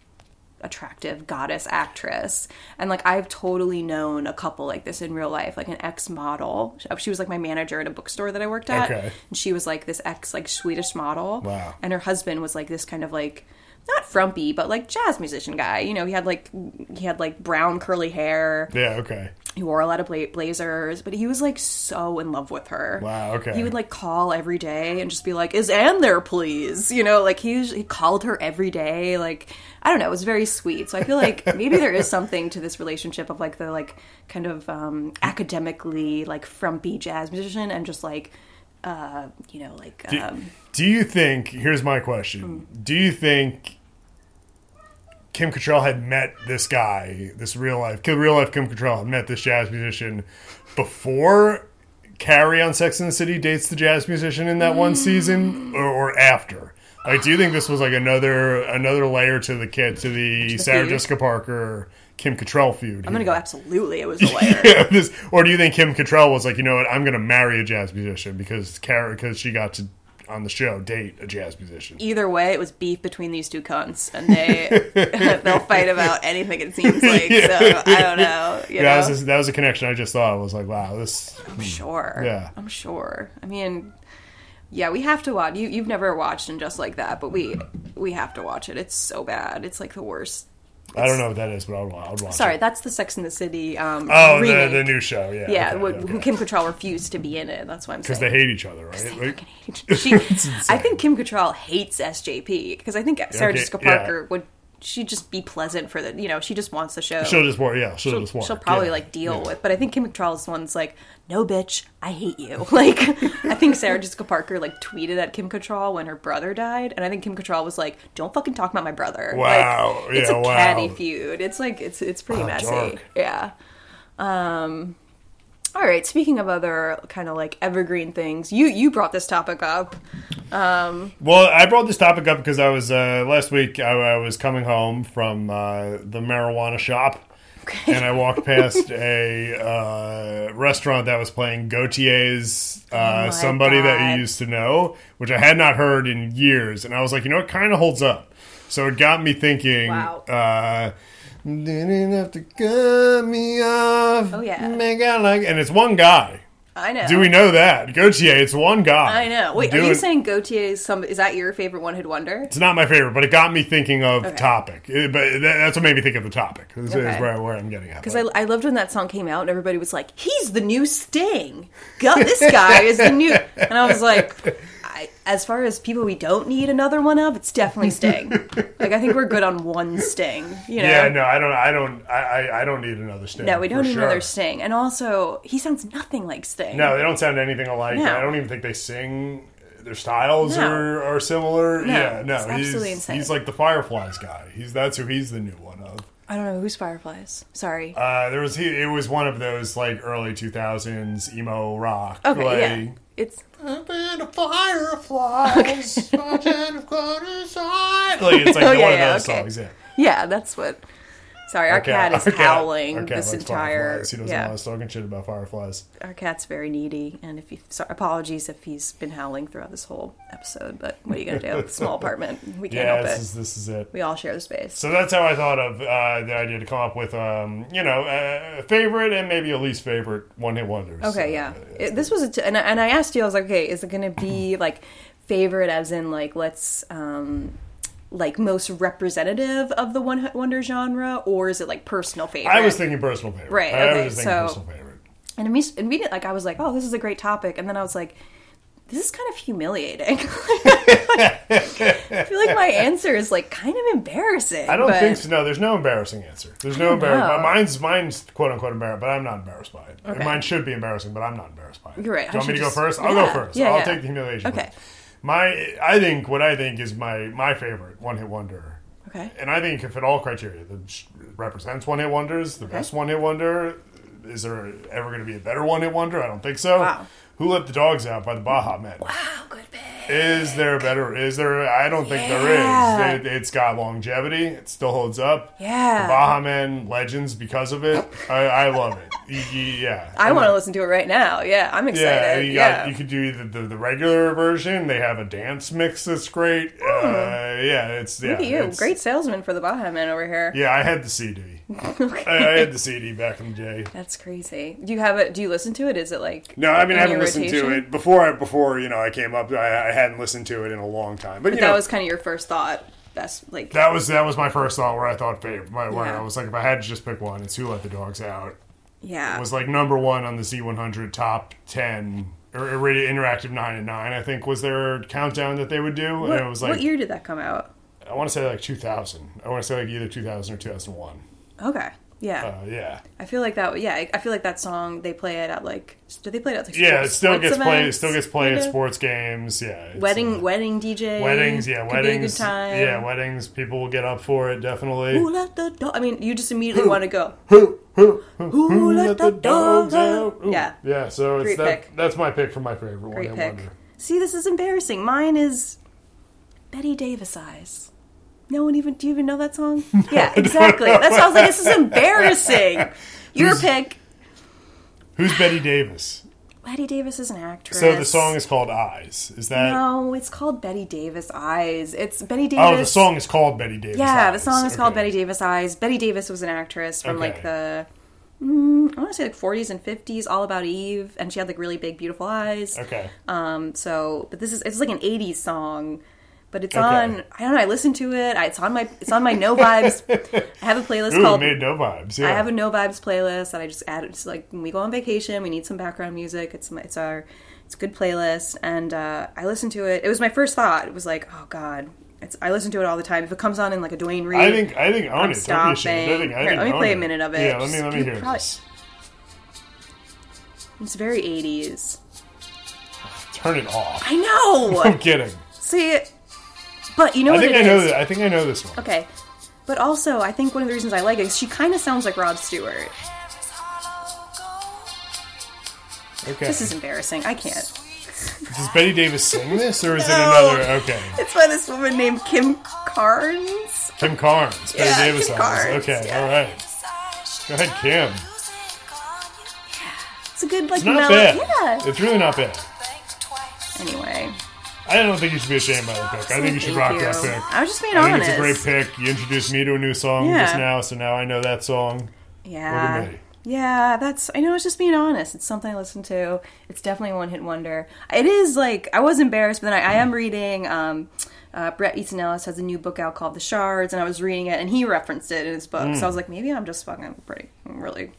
Speaker 3: attractive goddess actress and like i've totally known a couple like this in real life like an ex model she was like my manager at a bookstore that i worked at
Speaker 1: Okay.
Speaker 3: and she was like this ex like swedish model
Speaker 1: Wow.
Speaker 3: and her husband was like this kind of like not frumpy but like jazz musician guy you know he had like he had like brown curly hair
Speaker 1: Yeah, okay.
Speaker 3: he wore a lot of bla- blazers, but he was like so in love with her.
Speaker 1: Wow, okay.
Speaker 3: He would like call every day and just be like, "Is Anne there, please?" You know, like he he called her every day. Like I don't know, it was very sweet. So I feel like maybe there is something to this relationship of like the like kind of um, academically like frumpy jazz musician and just like uh, you know like um, Hmm.
Speaker 1: Do you think? Here's my question. Do you think Kim Cattrall had met this guy, this real life, real life Kim Cattrall had met this jazz musician before Carrie on Sex and the City dates the jazz musician in that one season,
Speaker 3: Hmm.
Speaker 1: or, or after? Like, do you think this was like another another layer to the kid to the, Sarah
Speaker 3: feud.
Speaker 1: Jessica Parker Kim Cattrall feud?
Speaker 3: I'm gonna go absolutely. It was a layer.
Speaker 1: yeah, this, or do you think Kim Cattrall was like, you know what, I'm going to marry a jazz musician because Kara, because she got to on the show date a jazz musician?
Speaker 3: Either way, it was beef between these two cunts, and they they'll fight about anything. It seems like so. I don't know. You know?
Speaker 1: That was, that was a connection I just thought. I was like, wow, this.
Speaker 3: sure.
Speaker 1: Mm. Yeah.
Speaker 3: I'm sure. I mean, yeah, we have to watch. You you've never watched and just like that, but we we have to watch it. It's so bad. It's like the worst.
Speaker 1: I don't know what that is, but I'll, I'll watch.
Speaker 3: Sorry,
Speaker 1: It.
Speaker 3: that's the Sex in the City um
Speaker 1: Oh, the,
Speaker 3: remake.
Speaker 1: the new show. Yeah.
Speaker 3: yeah,
Speaker 1: okay,
Speaker 3: wh-
Speaker 1: okay.
Speaker 3: who Kim Cattrall refused to be in it. That's why I'm saying.
Speaker 1: They hate each other, right?
Speaker 3: They
Speaker 1: Like,
Speaker 3: fucking hate each- she, I think Kim Cattrall hates SJP because I think Sarah
Speaker 1: Okay,
Speaker 3: Jessica
Speaker 1: yeah.
Speaker 3: Parker would. She would just be pleasant for the. You know, she just wants the show.
Speaker 1: she'll just work. Yeah, she'll,
Speaker 3: she'll,
Speaker 1: just work.
Speaker 3: she'll probably
Speaker 1: yeah.
Speaker 3: like deal
Speaker 1: Yeah.
Speaker 3: with. But I think Kim Cattrall is the one's like, no, bitch, I hate you. Like, I think Sarah Jessica Parker like tweeted at Kim Cattrall when her brother died, and I think Kim Cattrall was like, don't fucking talk about my brother.
Speaker 1: Wow.
Speaker 3: like, it's
Speaker 1: Yeah,
Speaker 3: a
Speaker 1: wow.
Speaker 3: catty feud. It's like it's it's pretty
Speaker 1: Wow,
Speaker 3: messy.
Speaker 1: dark.
Speaker 3: Yeah. Um. All right. Speaking of other kind of like evergreen things, you you brought this topic up.
Speaker 1: Well, I brought this topic up because I was uh, last week. I, I was coming home from uh, the marijuana shop, and I walked past a uh, restaurant that was playing Gautier's uh,
Speaker 3: Oh my
Speaker 1: Somebody That
Speaker 3: God.
Speaker 1: You Used to Know, which I had not heard in years. And I was like, you know, it kind of holds up. So it got me thinking.
Speaker 3: Wow.
Speaker 1: Uh, didn't have to cut me off.
Speaker 3: Oh, yeah.
Speaker 1: Make out like, and it's one guy.
Speaker 3: I know.
Speaker 1: Do we know that Gautier? It's one guy.
Speaker 3: I know. Wait, are you
Speaker 1: Doing-
Speaker 3: saying Gautier is some? Is that your favorite one? Who'd wonder?
Speaker 1: It's not my favorite, but it got me thinking of
Speaker 3: Okay.
Speaker 1: topic. It- but that, that's what made me think of the topic. Is, is
Speaker 3: Okay.
Speaker 1: where, where I'm getting at.
Speaker 3: Because I, I loved when that song came out and everybody was like, "He's the new Sting. God, this guy is the new." And I was like, I, "As far as people we don't need another one of, it's definitely Sting. like I think we're good on one Sting. You know?
Speaker 1: Yeah, no, I don't. I don't. I, I, I don't need another Sting.
Speaker 3: No, we don't
Speaker 1: for
Speaker 3: need
Speaker 1: sure.
Speaker 3: another Sting. And also, he sounds nothing like Sting.
Speaker 1: No, they don't sound anything alike.
Speaker 3: No.
Speaker 1: I don't even think they sing. Their styles
Speaker 3: No.
Speaker 1: are, are similar.
Speaker 3: No,
Speaker 1: yeah, no,
Speaker 3: it's
Speaker 1: he's
Speaker 3: absolutely insane.
Speaker 1: he's like the Fireflies guy. He's that's who he's the new one of.
Speaker 3: I don't know who's Fireflies. Sorry.
Speaker 1: Uh, there was he. It was one of those like early two thousands emo rock.
Speaker 3: okay,
Speaker 1: like,
Speaker 3: yeah. It's
Speaker 1: I've been a firefly. Sergeant of Quarters Eye. Like, it's like
Speaker 3: Oh, yeah,
Speaker 1: one
Speaker 3: yeah,
Speaker 1: of those
Speaker 3: okay.
Speaker 1: songs, yeah.
Speaker 3: yeah, that's what. Sorry, our cat is howling
Speaker 1: our cat
Speaker 3: this
Speaker 1: likes
Speaker 3: entire.
Speaker 1: fireflies. He doesn't
Speaker 3: yeah,
Speaker 1: want us talking shit about fireflies.
Speaker 3: our cat's very needy, and if you sorry, apologies if he's been howling throughout this whole episode, but what are you gonna do? Small apartment, we can't
Speaker 1: Yeah,
Speaker 3: help
Speaker 1: this
Speaker 3: it.
Speaker 1: is, this is it.
Speaker 3: We all share the space.
Speaker 1: So that's how I thought of uh, the idea to come up with, um, you know, a a favorite and maybe a least favorite one hit wonders.
Speaker 3: Okay,
Speaker 1: So,
Speaker 3: yeah.
Speaker 1: uh,
Speaker 3: It- this was a t- and I, and I asked you, I was like, okay, is it gonna be like favorite, as in like let's um like most representative of the one hit wonder genre, or is it like personal favorite?
Speaker 1: I was thinking personal favorite.
Speaker 3: Right,
Speaker 1: I
Speaker 3: okay,
Speaker 1: was just
Speaker 3: so-
Speaker 1: thinking personal favorite.
Speaker 3: and imme- immediately, like I was like, oh, this is a great topic, and then I was like, this is kind of humiliating. I feel like my answer is like kind of embarrassing.
Speaker 1: I don't
Speaker 3: but-
Speaker 1: think so. No, there's no embarrassing answer. There's no
Speaker 3: know.
Speaker 1: embarrassing. Mine's mine's quote unquote embarrassing, but I'm not embarrassed by it. Mine should be embarrassing, but I'm not embarrassed by it.
Speaker 3: You're right.
Speaker 1: Do you
Speaker 3: I
Speaker 1: want me
Speaker 3: should
Speaker 1: to
Speaker 3: just-
Speaker 1: go first? I'll
Speaker 3: Yeah.
Speaker 1: go first.
Speaker 3: Yeah,
Speaker 1: I'll
Speaker 3: yeah.
Speaker 1: take the humiliation.
Speaker 3: Okay.
Speaker 1: first. My I think what I think is my my favorite one hit wonder.
Speaker 3: Okay.
Speaker 1: And I think if it all criteria that sh- represents one hit wonders, the best one hit wonder. Is there ever going to be a better one hit wonder? I don't think so.
Speaker 3: Wow.
Speaker 1: Who let the dogs out by the Baja Men?
Speaker 5: Oh, good babe.
Speaker 1: Is there a better? Is there? I don't think
Speaker 3: Yeah.
Speaker 1: there is. It, it's got longevity. It still holds up.
Speaker 3: Yeah.
Speaker 1: The Baha Men legends because of it. I, I love it. Y- y- yeah.
Speaker 3: I want to listen to it right now. Yeah, I'm excited.
Speaker 1: Yeah,
Speaker 3: Yeah,
Speaker 1: you, got, you could do either the, the regular version. They have a dance mix that's great. Uh, yeah, it's yeah,
Speaker 3: Look at you,
Speaker 1: it's-
Speaker 3: great salesman for the Baja Man over here.
Speaker 1: Yeah, I had the CD. I, I had the CD back in the day.
Speaker 3: That's crazy. Do you have it? Do you listen to it? Is it like
Speaker 1: No, I mean I
Speaker 3: in
Speaker 1: haven't
Speaker 3: your
Speaker 1: listened to
Speaker 3: rotation?
Speaker 1: it before. I, before you know, I came up. I, I hadn't listened to it in a long time. But, you
Speaker 3: That
Speaker 1: know,
Speaker 3: was kind of your first thought. Best like
Speaker 1: That was that was my first thought where I thought favorite. My, where
Speaker 3: Yeah.
Speaker 1: I was like, if I had to just pick one, it's Who Let the Dogs Out.
Speaker 3: yeah.
Speaker 1: It was like number one on the Z100 top ten or, or rated interactive nine and nine. I think was their countdown that they would do,
Speaker 3: what,
Speaker 1: and it was like
Speaker 3: what year did that come out?
Speaker 1: I want to say like 2000. I want to say like either 2000 or 2001.
Speaker 3: Okay, yeah.
Speaker 1: Uh, yeah,
Speaker 3: I feel like that. Yeah, I- I feel like that song they play it at like. Do they play it at like
Speaker 1: yeah. It
Speaker 3: sports-
Speaker 1: still
Speaker 3: sports
Speaker 1: gets played. It
Speaker 3: events?
Speaker 1: still gets played at
Speaker 3: Kinda?
Speaker 1: sports games. Yeah, it's,
Speaker 3: Wedding,
Speaker 1: uh,
Speaker 3: wedding DJ.
Speaker 1: weddings. Yeah,
Speaker 3: Could
Speaker 1: weddings.
Speaker 3: Be a good time.
Speaker 1: Yeah, weddings. People will get up for it definitely.
Speaker 3: Who let the dog? I mean, you just immediately want to go.
Speaker 1: Who, who, who,
Speaker 3: who let the dogs out?
Speaker 1: Ooh.
Speaker 3: Yeah.
Speaker 1: Yeah, so it's
Speaker 3: Great
Speaker 1: that,
Speaker 3: pick.
Speaker 1: that's my pick for my favorite
Speaker 3: Great
Speaker 1: one. I
Speaker 3: pick.
Speaker 1: wonder.
Speaker 3: See, this is embarrassing. Mine is Betty Davis eyes. No one even. Do you even know that song? yeah, exactly. That sounds like this is embarrassing. Your pick.
Speaker 1: Who's Betty Davis?
Speaker 3: Betty Davis is an actress.
Speaker 1: So the song is called Eyes. Is that
Speaker 3: No, it's called Betty Davis Eyes. It's Betty Davis.
Speaker 1: Oh, the song is called Betty Davis.
Speaker 3: Yeah, the
Speaker 1: Eyes.
Speaker 3: song is called
Speaker 1: Okay.
Speaker 3: Betty Davis Eyes. Betty Davis was an actress from like
Speaker 1: Okay.
Speaker 3: the mm, I want to say like 40s and 50s, All About Eve, and she had like really big, beautiful eyes.
Speaker 1: Okay.
Speaker 3: Um, so, but this is it's like an '80s song, but it's
Speaker 1: Okay.
Speaker 3: on. I don't know. I listened to it. I, it's on my it's on my No Vibes. I have a playlist
Speaker 1: Ooh,
Speaker 3: called.
Speaker 1: made no vibes. Yeah.
Speaker 3: I have a No Vibes playlist that I just add. It's like when we go on vacation, we need some background music. It's my, it's our it's a good playlist, and uh, I listened to it. It was my first thought. It was like, oh god, it's. I listen to it all the time. If it comes on in like a Dwayne Reed,
Speaker 1: I think I think own
Speaker 3: I'm
Speaker 1: it. Don't be ashamed. I
Speaker 3: stopping.
Speaker 1: think, I
Speaker 3: Here,
Speaker 1: think
Speaker 3: let me
Speaker 1: own
Speaker 3: play a
Speaker 1: it.
Speaker 3: minute of it.
Speaker 1: Yeah, let me let me
Speaker 3: You
Speaker 1: hear
Speaker 3: probably-
Speaker 1: this.
Speaker 3: it's very '80s.
Speaker 1: Turn it off.
Speaker 3: I know.
Speaker 1: I'm kidding.
Speaker 3: See, but you know
Speaker 1: I
Speaker 3: what
Speaker 1: think
Speaker 3: it
Speaker 1: I know
Speaker 3: is?
Speaker 1: that. I think I know this one.
Speaker 3: Okay. But also, I think one of the reasons I like it is she kind of sounds like Rod Stewart.
Speaker 1: Okay.
Speaker 3: This is embarrassing. I can't.
Speaker 1: Does Betty Davis sing this, or is it another? Okay.
Speaker 3: It's by this woman named Kim Carnes.
Speaker 1: Kim Carnes. Betty
Speaker 3: Yeah,
Speaker 1: Davis.
Speaker 3: Kim
Speaker 1: Eyes.
Speaker 3: Carnes,
Speaker 1: Okay.
Speaker 3: yeah.
Speaker 1: All right. Go ahead, Kim.
Speaker 3: It's a good like
Speaker 1: It's not
Speaker 3: mellow.
Speaker 1: bad.
Speaker 3: Yeah.
Speaker 1: It's really not bad.
Speaker 3: Anyway,
Speaker 1: I don't think you should be ashamed by the pick. I think you should
Speaker 3: thank
Speaker 1: rock
Speaker 3: you.
Speaker 1: that pick.
Speaker 3: I was just being
Speaker 1: I think
Speaker 3: honest.
Speaker 1: it's a great pick. You introduced me to a new song
Speaker 3: Yeah.
Speaker 1: just now, so now I know that song. Look at
Speaker 3: Yeah.
Speaker 1: me.
Speaker 3: Yeah, that's I know it's just being honest. It's something I listen to. It's definitely a one hit wonder. It is like I was embarrassed, but then I, I am reading um uh, Brett Easton Ellis has a new book out called The Shards, and I was reading it, and he referenced it in his book. So I
Speaker 1: Mm.
Speaker 3: was like, maybe I'm just fucking pretty, really,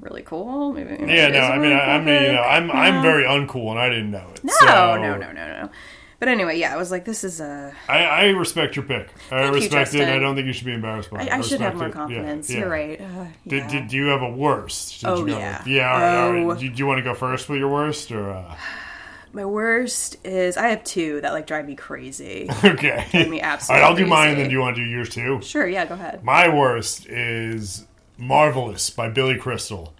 Speaker 3: really cool. Maybe, maybe
Speaker 1: Yeah,
Speaker 3: it
Speaker 1: no,
Speaker 3: is a
Speaker 1: I mean,
Speaker 3: really
Speaker 1: I, I
Speaker 3: cool
Speaker 1: mean, you
Speaker 3: pick.
Speaker 1: know, I'm I'm very uncool, and I didn't know it.
Speaker 3: no,
Speaker 1: so
Speaker 3: no, no, no, no. But anyway, yeah, I was like, this is a.
Speaker 1: I, I respect your pick. I
Speaker 3: you,
Speaker 1: respect it. and I
Speaker 3: Justin.
Speaker 1: don't think you should be embarrassed by
Speaker 3: I,
Speaker 1: it.
Speaker 3: I should have
Speaker 1: respect
Speaker 3: more
Speaker 1: it. Yeah,
Speaker 3: confidence.
Speaker 1: yeah.
Speaker 3: You're right. Uh, yeah.
Speaker 1: Did, did you have a worst? Did
Speaker 3: Oh,
Speaker 1: you go
Speaker 3: yeah.
Speaker 1: With? Yeah. All right. All
Speaker 3: Oh.
Speaker 1: right. Do, do you want to go first with your worst, or uh...
Speaker 3: My worst is I have two that like drive me crazy.
Speaker 1: okay?
Speaker 3: me
Speaker 1: all
Speaker 3: absolutely
Speaker 1: right. I'll do mine, and
Speaker 3: crazy.
Speaker 1: then do you want to do yours too?
Speaker 3: sure, yeah, go ahead.
Speaker 1: My worst is Marvelous by Billy Crystal,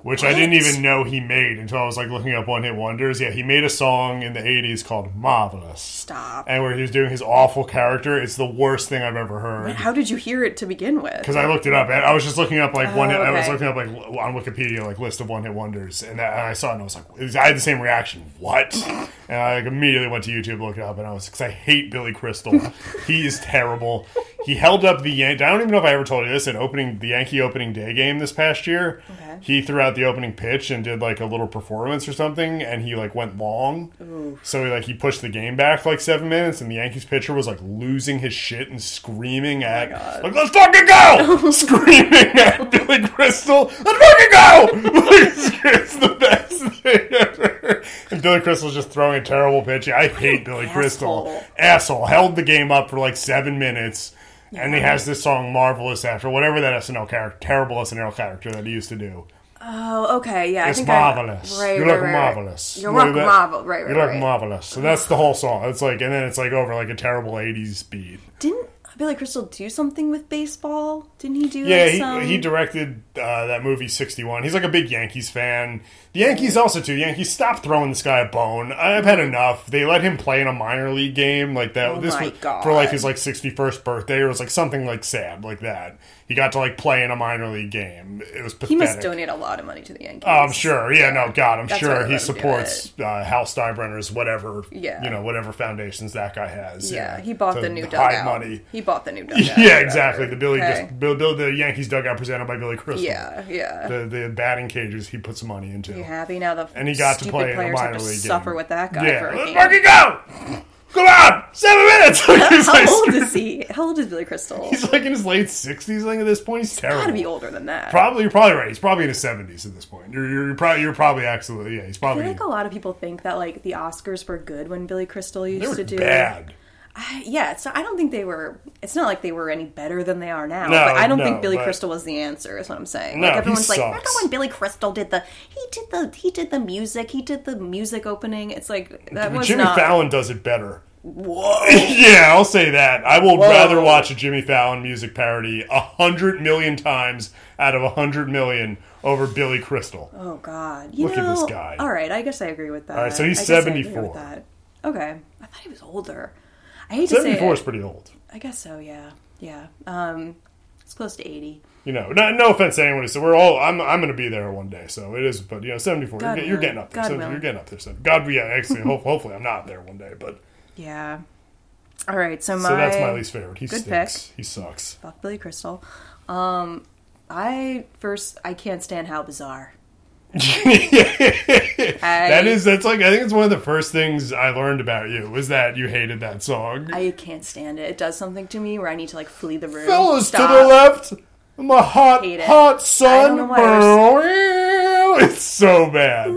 Speaker 1: which I didn't
Speaker 3: What?
Speaker 1: even know he made until I was like looking up one hit wonders. Yeah, he made a song in the 80s called Marvelous.
Speaker 3: Stop.
Speaker 1: And where he was doing his awful character. It's the worst thing I've ever heard.
Speaker 3: How did you hear it to begin with?
Speaker 1: Because I looked it up, and I was just looking up like one. hit I was
Speaker 3: okay.
Speaker 1: looking up like l- on Wikipedia like list of one hit wonders, and I and I saw it, and I was like, it was- I had the same reaction. What? And I like, immediately went to YouTube, looked it up, and I was because I hate Billy Crystal. he is terrible. He held up the Yan- I don't even know if I ever told you this. At opening the Yankee opening day game this past year,
Speaker 3: Okay.
Speaker 1: he threw out the opening pitch and did like a little performance or something, and he like went long. So like he pushed the game back like seven minutes, and the Yankees pitcher was like losing his shit and screaming at like let's fucking go, screaming at Billy Crystal, let's fucking go. Like, it's the best thing ever. And Billy Crystal's just throwing a terrible pitch. I hate Billy Crystal.
Speaker 3: asshole.
Speaker 1: Asshole held the game up for like seven minutes. And he has this song "Marvelous" after whatever that SNL character, terrible SNL character that he used to do.
Speaker 3: Oh, okay, yeah. I
Speaker 1: It's
Speaker 3: think
Speaker 1: marvelous.
Speaker 3: I, right,
Speaker 1: you
Speaker 3: right,
Speaker 1: look
Speaker 3: right, right.
Speaker 1: marvelous.
Speaker 3: You
Speaker 1: Look
Speaker 3: look
Speaker 1: at that.
Speaker 3: marvel. Right, right.
Speaker 1: You look
Speaker 3: right.
Speaker 1: marvelous. So that's the whole song. It's like, and then it's like over like a terrible '80s beat.
Speaker 3: Didn't Billy Crystal do something with baseball? Didn't he do?
Speaker 1: Yeah,
Speaker 3: like,
Speaker 1: he,
Speaker 3: some...
Speaker 1: he directed uh, that movie '61. He's like a big Yankees fan. The Yankees also too. Yankees, stop throwing this guy a bone. I've had enough. They let him play in a minor league game like that.
Speaker 3: Oh
Speaker 1: this
Speaker 3: my
Speaker 1: was
Speaker 3: God.
Speaker 1: for like his like 61st birthday or it was like something like sad like that. He got to like play in a minor league game. It was pathetic.
Speaker 3: He must donate a lot of money to the Yankees.
Speaker 1: Oh, I'm sure. Yeah, no, God, I'm
Speaker 3: That's why
Speaker 1: sure
Speaker 3: they
Speaker 1: he
Speaker 3: let him do
Speaker 1: supports uh, Hal Steinbrenner's whatever,
Speaker 3: Yeah.
Speaker 1: you know, whatever foundations that guy has.
Speaker 3: Yeah, he bought
Speaker 1: to
Speaker 3: the new
Speaker 1: hide
Speaker 3: dugout.
Speaker 1: money.
Speaker 3: He bought the new dugout.
Speaker 1: Yeah,
Speaker 3: whatever.
Speaker 1: exactly. The Billy
Speaker 3: Okay.
Speaker 1: just Bill, Bill, the Yankees dugout presented by Billy Crystal.
Speaker 3: Yeah, yeah.
Speaker 1: The the batting cages he put some money into.
Speaker 3: you happy now? The
Speaker 1: And he got to
Speaker 3: stupid
Speaker 1: play in a
Speaker 3: players
Speaker 1: minor
Speaker 3: have to
Speaker 1: league game.
Speaker 3: suffer with that guy for a
Speaker 1: Yeah, let's
Speaker 3: game.
Speaker 1: fucking go! Come on, seven minutes. he's,
Speaker 3: How
Speaker 1: like,
Speaker 3: old
Speaker 1: screw-
Speaker 3: is he? How old is Billy Crystal?
Speaker 1: he's like in his late sixties. I think at this point he's, terrible.
Speaker 3: Gotta be older than that.
Speaker 1: Probably, you're probably right. He's probably in his seventies at this point. You're, you're, probably, you're probably absolutely. Yeah, he's
Speaker 3: I
Speaker 1: probably.
Speaker 3: feel like a lot of people think that like the Oscars were good when Billy Crystal used
Speaker 1: they were
Speaker 3: to do.
Speaker 1: bad.
Speaker 3: Yeah, so I don't think they were. It's not like they were any better than they are now.
Speaker 1: No,
Speaker 3: but I don't
Speaker 1: no,
Speaker 3: think Billy
Speaker 1: but-
Speaker 3: Crystal was the answer. Is what I'm saying.
Speaker 1: No,
Speaker 3: like
Speaker 1: he
Speaker 3: everyone's like,
Speaker 1: sucks.
Speaker 3: remember when Billy Crystal did the he did the he did the music he did the music opening. It's like that
Speaker 1: But
Speaker 3: was
Speaker 1: Jimmy
Speaker 3: not.
Speaker 1: Fallon does it better.
Speaker 3: Whoa,
Speaker 1: Yeah, I'll say that. I will rather watch a Jimmy Fallon music parody a hundred million times out of a hundred million over Billy Crystal.
Speaker 3: oh god, you
Speaker 1: Look at
Speaker 3: know,
Speaker 1: this guy.
Speaker 3: All right, I guess I agree with that.
Speaker 1: All right, so he's
Speaker 3: I guess I agree
Speaker 1: 74.
Speaker 3: with that. Okay, I thought he was older. I hate to say
Speaker 1: Seventy-four is
Speaker 3: it.
Speaker 1: pretty old.
Speaker 3: I guess so. Yeah, yeah. Um, it's close to eighty.
Speaker 1: You know, no, no offense to anyone. So we're all. I'm. I'm going to be there one day. So it is. But you know, seventy-four. You're,
Speaker 3: God
Speaker 1: get- you're
Speaker 3: willing.
Speaker 1: getting up there.
Speaker 3: God
Speaker 1: 70 you're
Speaker 3: willing.
Speaker 1: getting up there. So God, yeah. Actually, ho- hopefully, I'm not there one day. But
Speaker 3: Yeah. All right, so my
Speaker 1: so that's my least favorite. He
Speaker 3: Good
Speaker 1: stinks. He sucks.
Speaker 3: Fuck Billy Crystal. Um, I first I can't stand how bizarre. I,
Speaker 1: That is. That's like. I think it's one of the first things I learned about you was that you hated that song.
Speaker 3: I can't stand it. It does something to me where I need to like flee the room.
Speaker 1: fellas
Speaker 3: Stop.
Speaker 1: to the left. My hot,
Speaker 3: Hate it.
Speaker 1: hot
Speaker 3: I
Speaker 1: son.
Speaker 3: don't know why I
Speaker 1: It's so bad.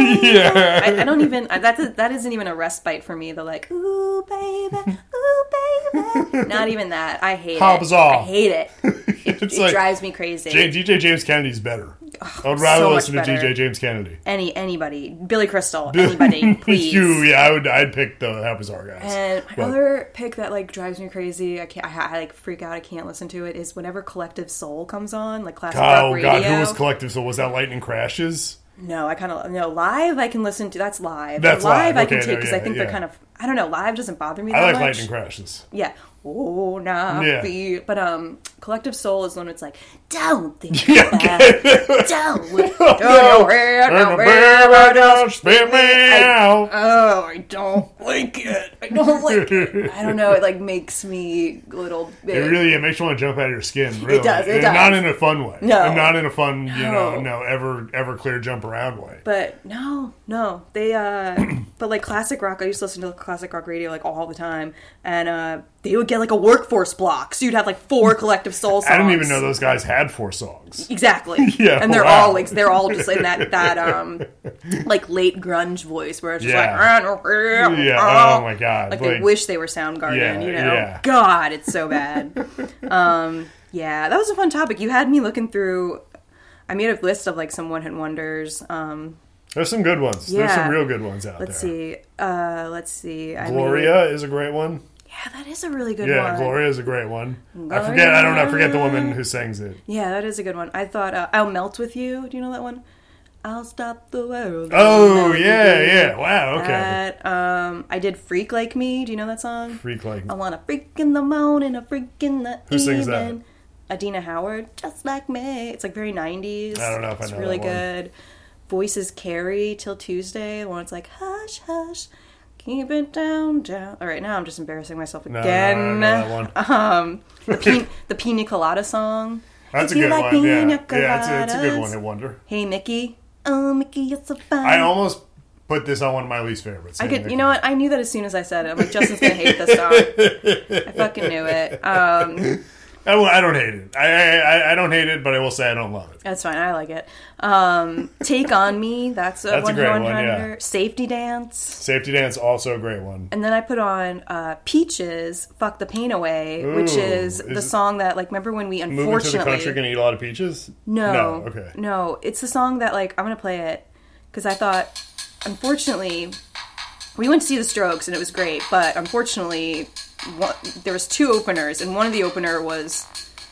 Speaker 1: yeah.
Speaker 3: I, I don't even I, that that isn't even a respite for me. The like ooh baby, ooh baby. Not even that. I hate
Speaker 1: How
Speaker 3: it.
Speaker 1: bizarre.
Speaker 3: I hate it. It,
Speaker 1: It's
Speaker 3: it
Speaker 1: like-
Speaker 3: drives me crazy.
Speaker 1: J- DJ James Kennedy's better. I would rather
Speaker 3: so much
Speaker 1: listen to
Speaker 3: better.
Speaker 1: DJ James Kennedy.
Speaker 3: Any anybody, Billy Crystal, anybody, please.
Speaker 1: you, yeah, I would. I'd pick the How Bizarre guys.
Speaker 3: And my
Speaker 1: But-
Speaker 3: other pick that like drives me crazy, I can't, I, I like freak out, I can't listen to it. Is whenever Collective Soul comes on, like classic rock
Speaker 1: oh
Speaker 3: radio.
Speaker 1: God, who was Collective? So was that Lightning Crashes?
Speaker 3: no, I kind of no live. I can listen to that's live.
Speaker 1: That's
Speaker 3: live.
Speaker 1: live,
Speaker 3: I
Speaker 1: okay,
Speaker 3: can take
Speaker 1: no,
Speaker 3: because
Speaker 1: yeah,
Speaker 3: I think
Speaker 1: yeah.
Speaker 3: they're kind of I don't know. Live doesn't bother me. That
Speaker 1: I like
Speaker 3: much.
Speaker 1: lightning crashes.
Speaker 3: Yeah. Oh, nah.
Speaker 1: Yeah.
Speaker 3: be- But um, collective soul is the one that's like, don't think
Speaker 1: Yeah,
Speaker 3: about
Speaker 1: okay.
Speaker 3: it. Don't. don't worry,
Speaker 1: And
Speaker 3: don't
Speaker 1: the
Speaker 3: worry.
Speaker 1: bear right now spit me out.
Speaker 3: Oh, I don't like it. I don't like it. I don't know. It like makes me a little bit.
Speaker 1: It really it makes you want to jump out of your skin. Really,
Speaker 3: does, it
Speaker 1: And
Speaker 3: does.
Speaker 1: Not in a fun way.
Speaker 3: No.
Speaker 1: and not in a fun, you know,
Speaker 3: No.
Speaker 1: no ever ever clear jump around way.
Speaker 3: But no, no. They uh but like classic rock, I used to listen to classic rock radio like all the time and uh they would get like a workforce block. So you'd have like four collective soul songs.
Speaker 1: I didn't even know those guys had four songs.
Speaker 3: Exactly.
Speaker 1: Yeah,
Speaker 3: And they're
Speaker 1: wow.
Speaker 3: all like they're all just in that that um like late grunge voice where it's just
Speaker 1: Yeah.
Speaker 3: like
Speaker 1: Yeah. Oh my god.
Speaker 3: Like, they wish they were Soundgarden,
Speaker 1: Yeah,
Speaker 3: you know.
Speaker 1: yeah.
Speaker 3: God, it's so bad. um, yeah, that was a fun topic. You had me looking through. I made a list of like some one hit wonders. Um,
Speaker 1: There's some good ones. There's some
Speaker 3: Yeah.
Speaker 1: real good ones out
Speaker 3: let's
Speaker 1: there.
Speaker 3: see. Uh, let's see. I Made,
Speaker 1: Gloria is a great one.
Speaker 3: yeah, that is a really good
Speaker 1: Yeah,
Speaker 3: one.
Speaker 1: Gloria is a great one. I forget. I don't. know. I forget the woman who sings it.
Speaker 3: Yeah, that is a good one. I thought uh, I'll melt with you. Do you know that one? I'll stop the world. I'll
Speaker 1: Oh
Speaker 3: melt with
Speaker 1: yeah,
Speaker 3: you.
Speaker 1: yeah. Wow. Okay.
Speaker 3: That, um, I did freak like me. Do you know that song?
Speaker 1: Freak like.
Speaker 3: I want a freak in the morning, a freak in the
Speaker 1: Who
Speaker 3: evening.
Speaker 1: sings that?
Speaker 3: Adina Howard, just like me. It's like very 90s.
Speaker 1: I don't know if I
Speaker 3: It's
Speaker 1: know
Speaker 3: really
Speaker 1: that one.
Speaker 3: good. Voices carry till Tuesday. The one it's like hush hush, keep it down down. All right, now I'm just embarrassing myself
Speaker 1: No, no, I
Speaker 3: again.
Speaker 1: don't know that one.
Speaker 3: Um, the, pina, the pina colada song.
Speaker 1: That's a
Speaker 3: If you
Speaker 1: good
Speaker 3: like
Speaker 1: one. Yeah.
Speaker 3: pina
Speaker 1: Yeah. It's a, it's a good
Speaker 3: coladas.
Speaker 1: one. I wonder.
Speaker 3: Hey Mickey, oh Mickey, you're so fine.
Speaker 1: I almost put this on one of my least favorites.
Speaker 3: I could, you know what? I knew that as soon as I said it. I'm like, Justin's gonna hate this song. I fucking knew it. Um,
Speaker 1: I, will- I don't hate it. I, I I- I don't hate it, but I will say I don't love it.
Speaker 3: That's fine. I like it. Um, Take on me. That's a
Speaker 1: That's a
Speaker 3: one
Speaker 1: great
Speaker 3: hundred.
Speaker 1: one, yeah.
Speaker 3: Safety dance.
Speaker 1: Safety dance also a great one.
Speaker 3: And then I put on uh, Peaches. Fuck the pain away, which
Speaker 1: Ooh,
Speaker 3: is, the
Speaker 1: is it-
Speaker 3: song that like. Remember when we
Speaker 1: Moving to the
Speaker 3: unfortunately
Speaker 1: country, gonna eat a lot of peaches.
Speaker 3: no
Speaker 1: No. Okay.
Speaker 3: no it's the song that like I'm gonna play it because I thought unfortunately we went to see the Strokes and it was great, but unfortunately one, there was two openers and one of the opener was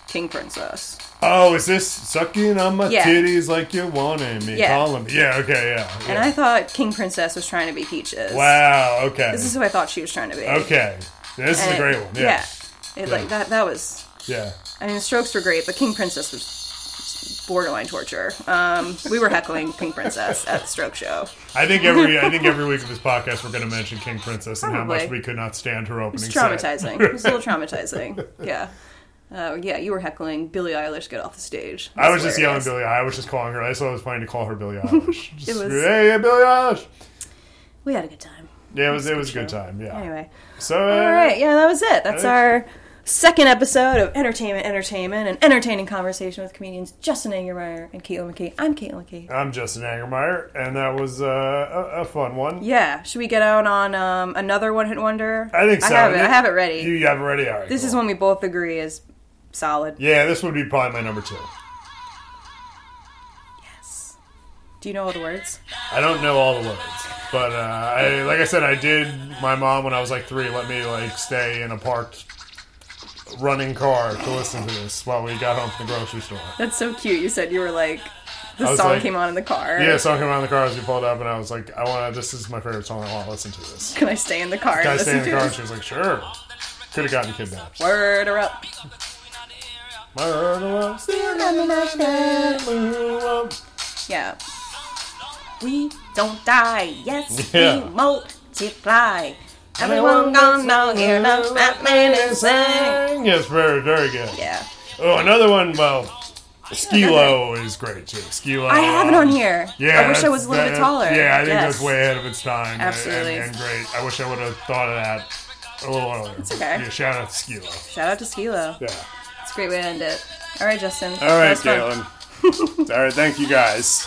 Speaker 3: King Princess.
Speaker 1: Oh, is this sucking on my
Speaker 3: Yeah.
Speaker 1: titties like you wanted me?
Speaker 3: Yeah.
Speaker 1: Calling me. Yeah. Okay. Yeah.
Speaker 3: And
Speaker 1: yeah.
Speaker 3: I thought King Princess was trying to be Peaches.
Speaker 1: wow. Okay.
Speaker 3: This is who I thought she was trying to be.
Speaker 1: okay. This is
Speaker 3: And
Speaker 1: a
Speaker 3: it-
Speaker 1: great one. Yeah.
Speaker 3: yeah. It, Like that. That was.
Speaker 1: Yeah.
Speaker 3: I mean, the Strokes were great, but King Princess was borderline torture. Um, we were heckling King Princess at the Stroke show.
Speaker 1: I think every I think every week of this podcast we're going to mention King Princess and how much
Speaker 3: Probably.
Speaker 1: we could not stand her opening.
Speaker 3: It's
Speaker 1: set.
Speaker 3: traumatizing. It was a little traumatizing. Yeah. Uh, yeah, you were heckling Billie Eilish. Get off the stage.
Speaker 1: I was just yelling
Speaker 3: That's
Speaker 1: Billie. I was just calling her. I just was planning to call her Billie Eilish. Just,
Speaker 3: was-
Speaker 1: Hey, hey, Billie Eilish.
Speaker 3: hilarious. We had a good time.
Speaker 1: Yeah, it was it was a good time. Yeah.
Speaker 3: Anyway.
Speaker 1: So uh,
Speaker 3: All right. Yeah, that was it. That's
Speaker 1: I-
Speaker 3: our second episode of Entertainment, Entertainment, an entertaining conversation with comedians Justin Angermeyer and Caitlin McKee. I'm Caitlin McKee.
Speaker 1: I'm Justin Angermeyer, and that was uh, a, a fun one.
Speaker 3: Yeah, should we get out on um, another one hit wonder?
Speaker 1: I think so.
Speaker 3: I have it. I have it ready.
Speaker 1: You have it ready. All right.
Speaker 3: this is
Speaker 1: cool.
Speaker 3: one we both agree is solid.
Speaker 1: Yeah, this would be probably my number two.
Speaker 3: Do you know all the words?
Speaker 1: I don't know all the words, but uh, I, like I said, I did. My mom, when I was like three, let me like stay in a parked running car to listen to this while we got home from the grocery store.
Speaker 3: That's so cute. You said you were like the
Speaker 1: was
Speaker 3: song
Speaker 1: like-
Speaker 3: came on in the car.
Speaker 1: Yeah, song came around the car as we pulled up, and I was like, "I want to. This is my favorite song. I want to listen to this."
Speaker 3: Can I stay in the car
Speaker 1: Guy
Speaker 3: and
Speaker 1: stayed
Speaker 3: listen
Speaker 1: in
Speaker 3: to
Speaker 1: the car, and
Speaker 3: this?
Speaker 1: she was like, "Sure." Could have gotten kidnapped.
Speaker 3: Word her up. Yeah. We don't die. Yes,
Speaker 1: Yeah.
Speaker 3: we multiply. Everyone gonna hear the fat man and sing.
Speaker 1: Yes, very, very good.
Speaker 3: Yeah.
Speaker 1: Oh, another one. Well, Skilo is great too. Skilo.
Speaker 3: I have it on here.
Speaker 1: Um, Yeah,
Speaker 3: I wish I
Speaker 1: that's-
Speaker 3: was a little bit
Speaker 1: that-
Speaker 3: taller.
Speaker 1: Yeah, I think
Speaker 3: Yes.
Speaker 1: that's way ahead of its time. and-
Speaker 3: Absolutely.
Speaker 1: and, and great. I wish I would have thought of that a little earlier. It's
Speaker 3: okay.
Speaker 1: Yeah, shout out to Skilo.
Speaker 3: Shout out to Skilo.
Speaker 1: Yeah.
Speaker 3: It's a great way to end it. All right, Justin.
Speaker 1: All
Speaker 3: That
Speaker 1: right,
Speaker 3: was fun.
Speaker 1: Galen. All right, thank you guys.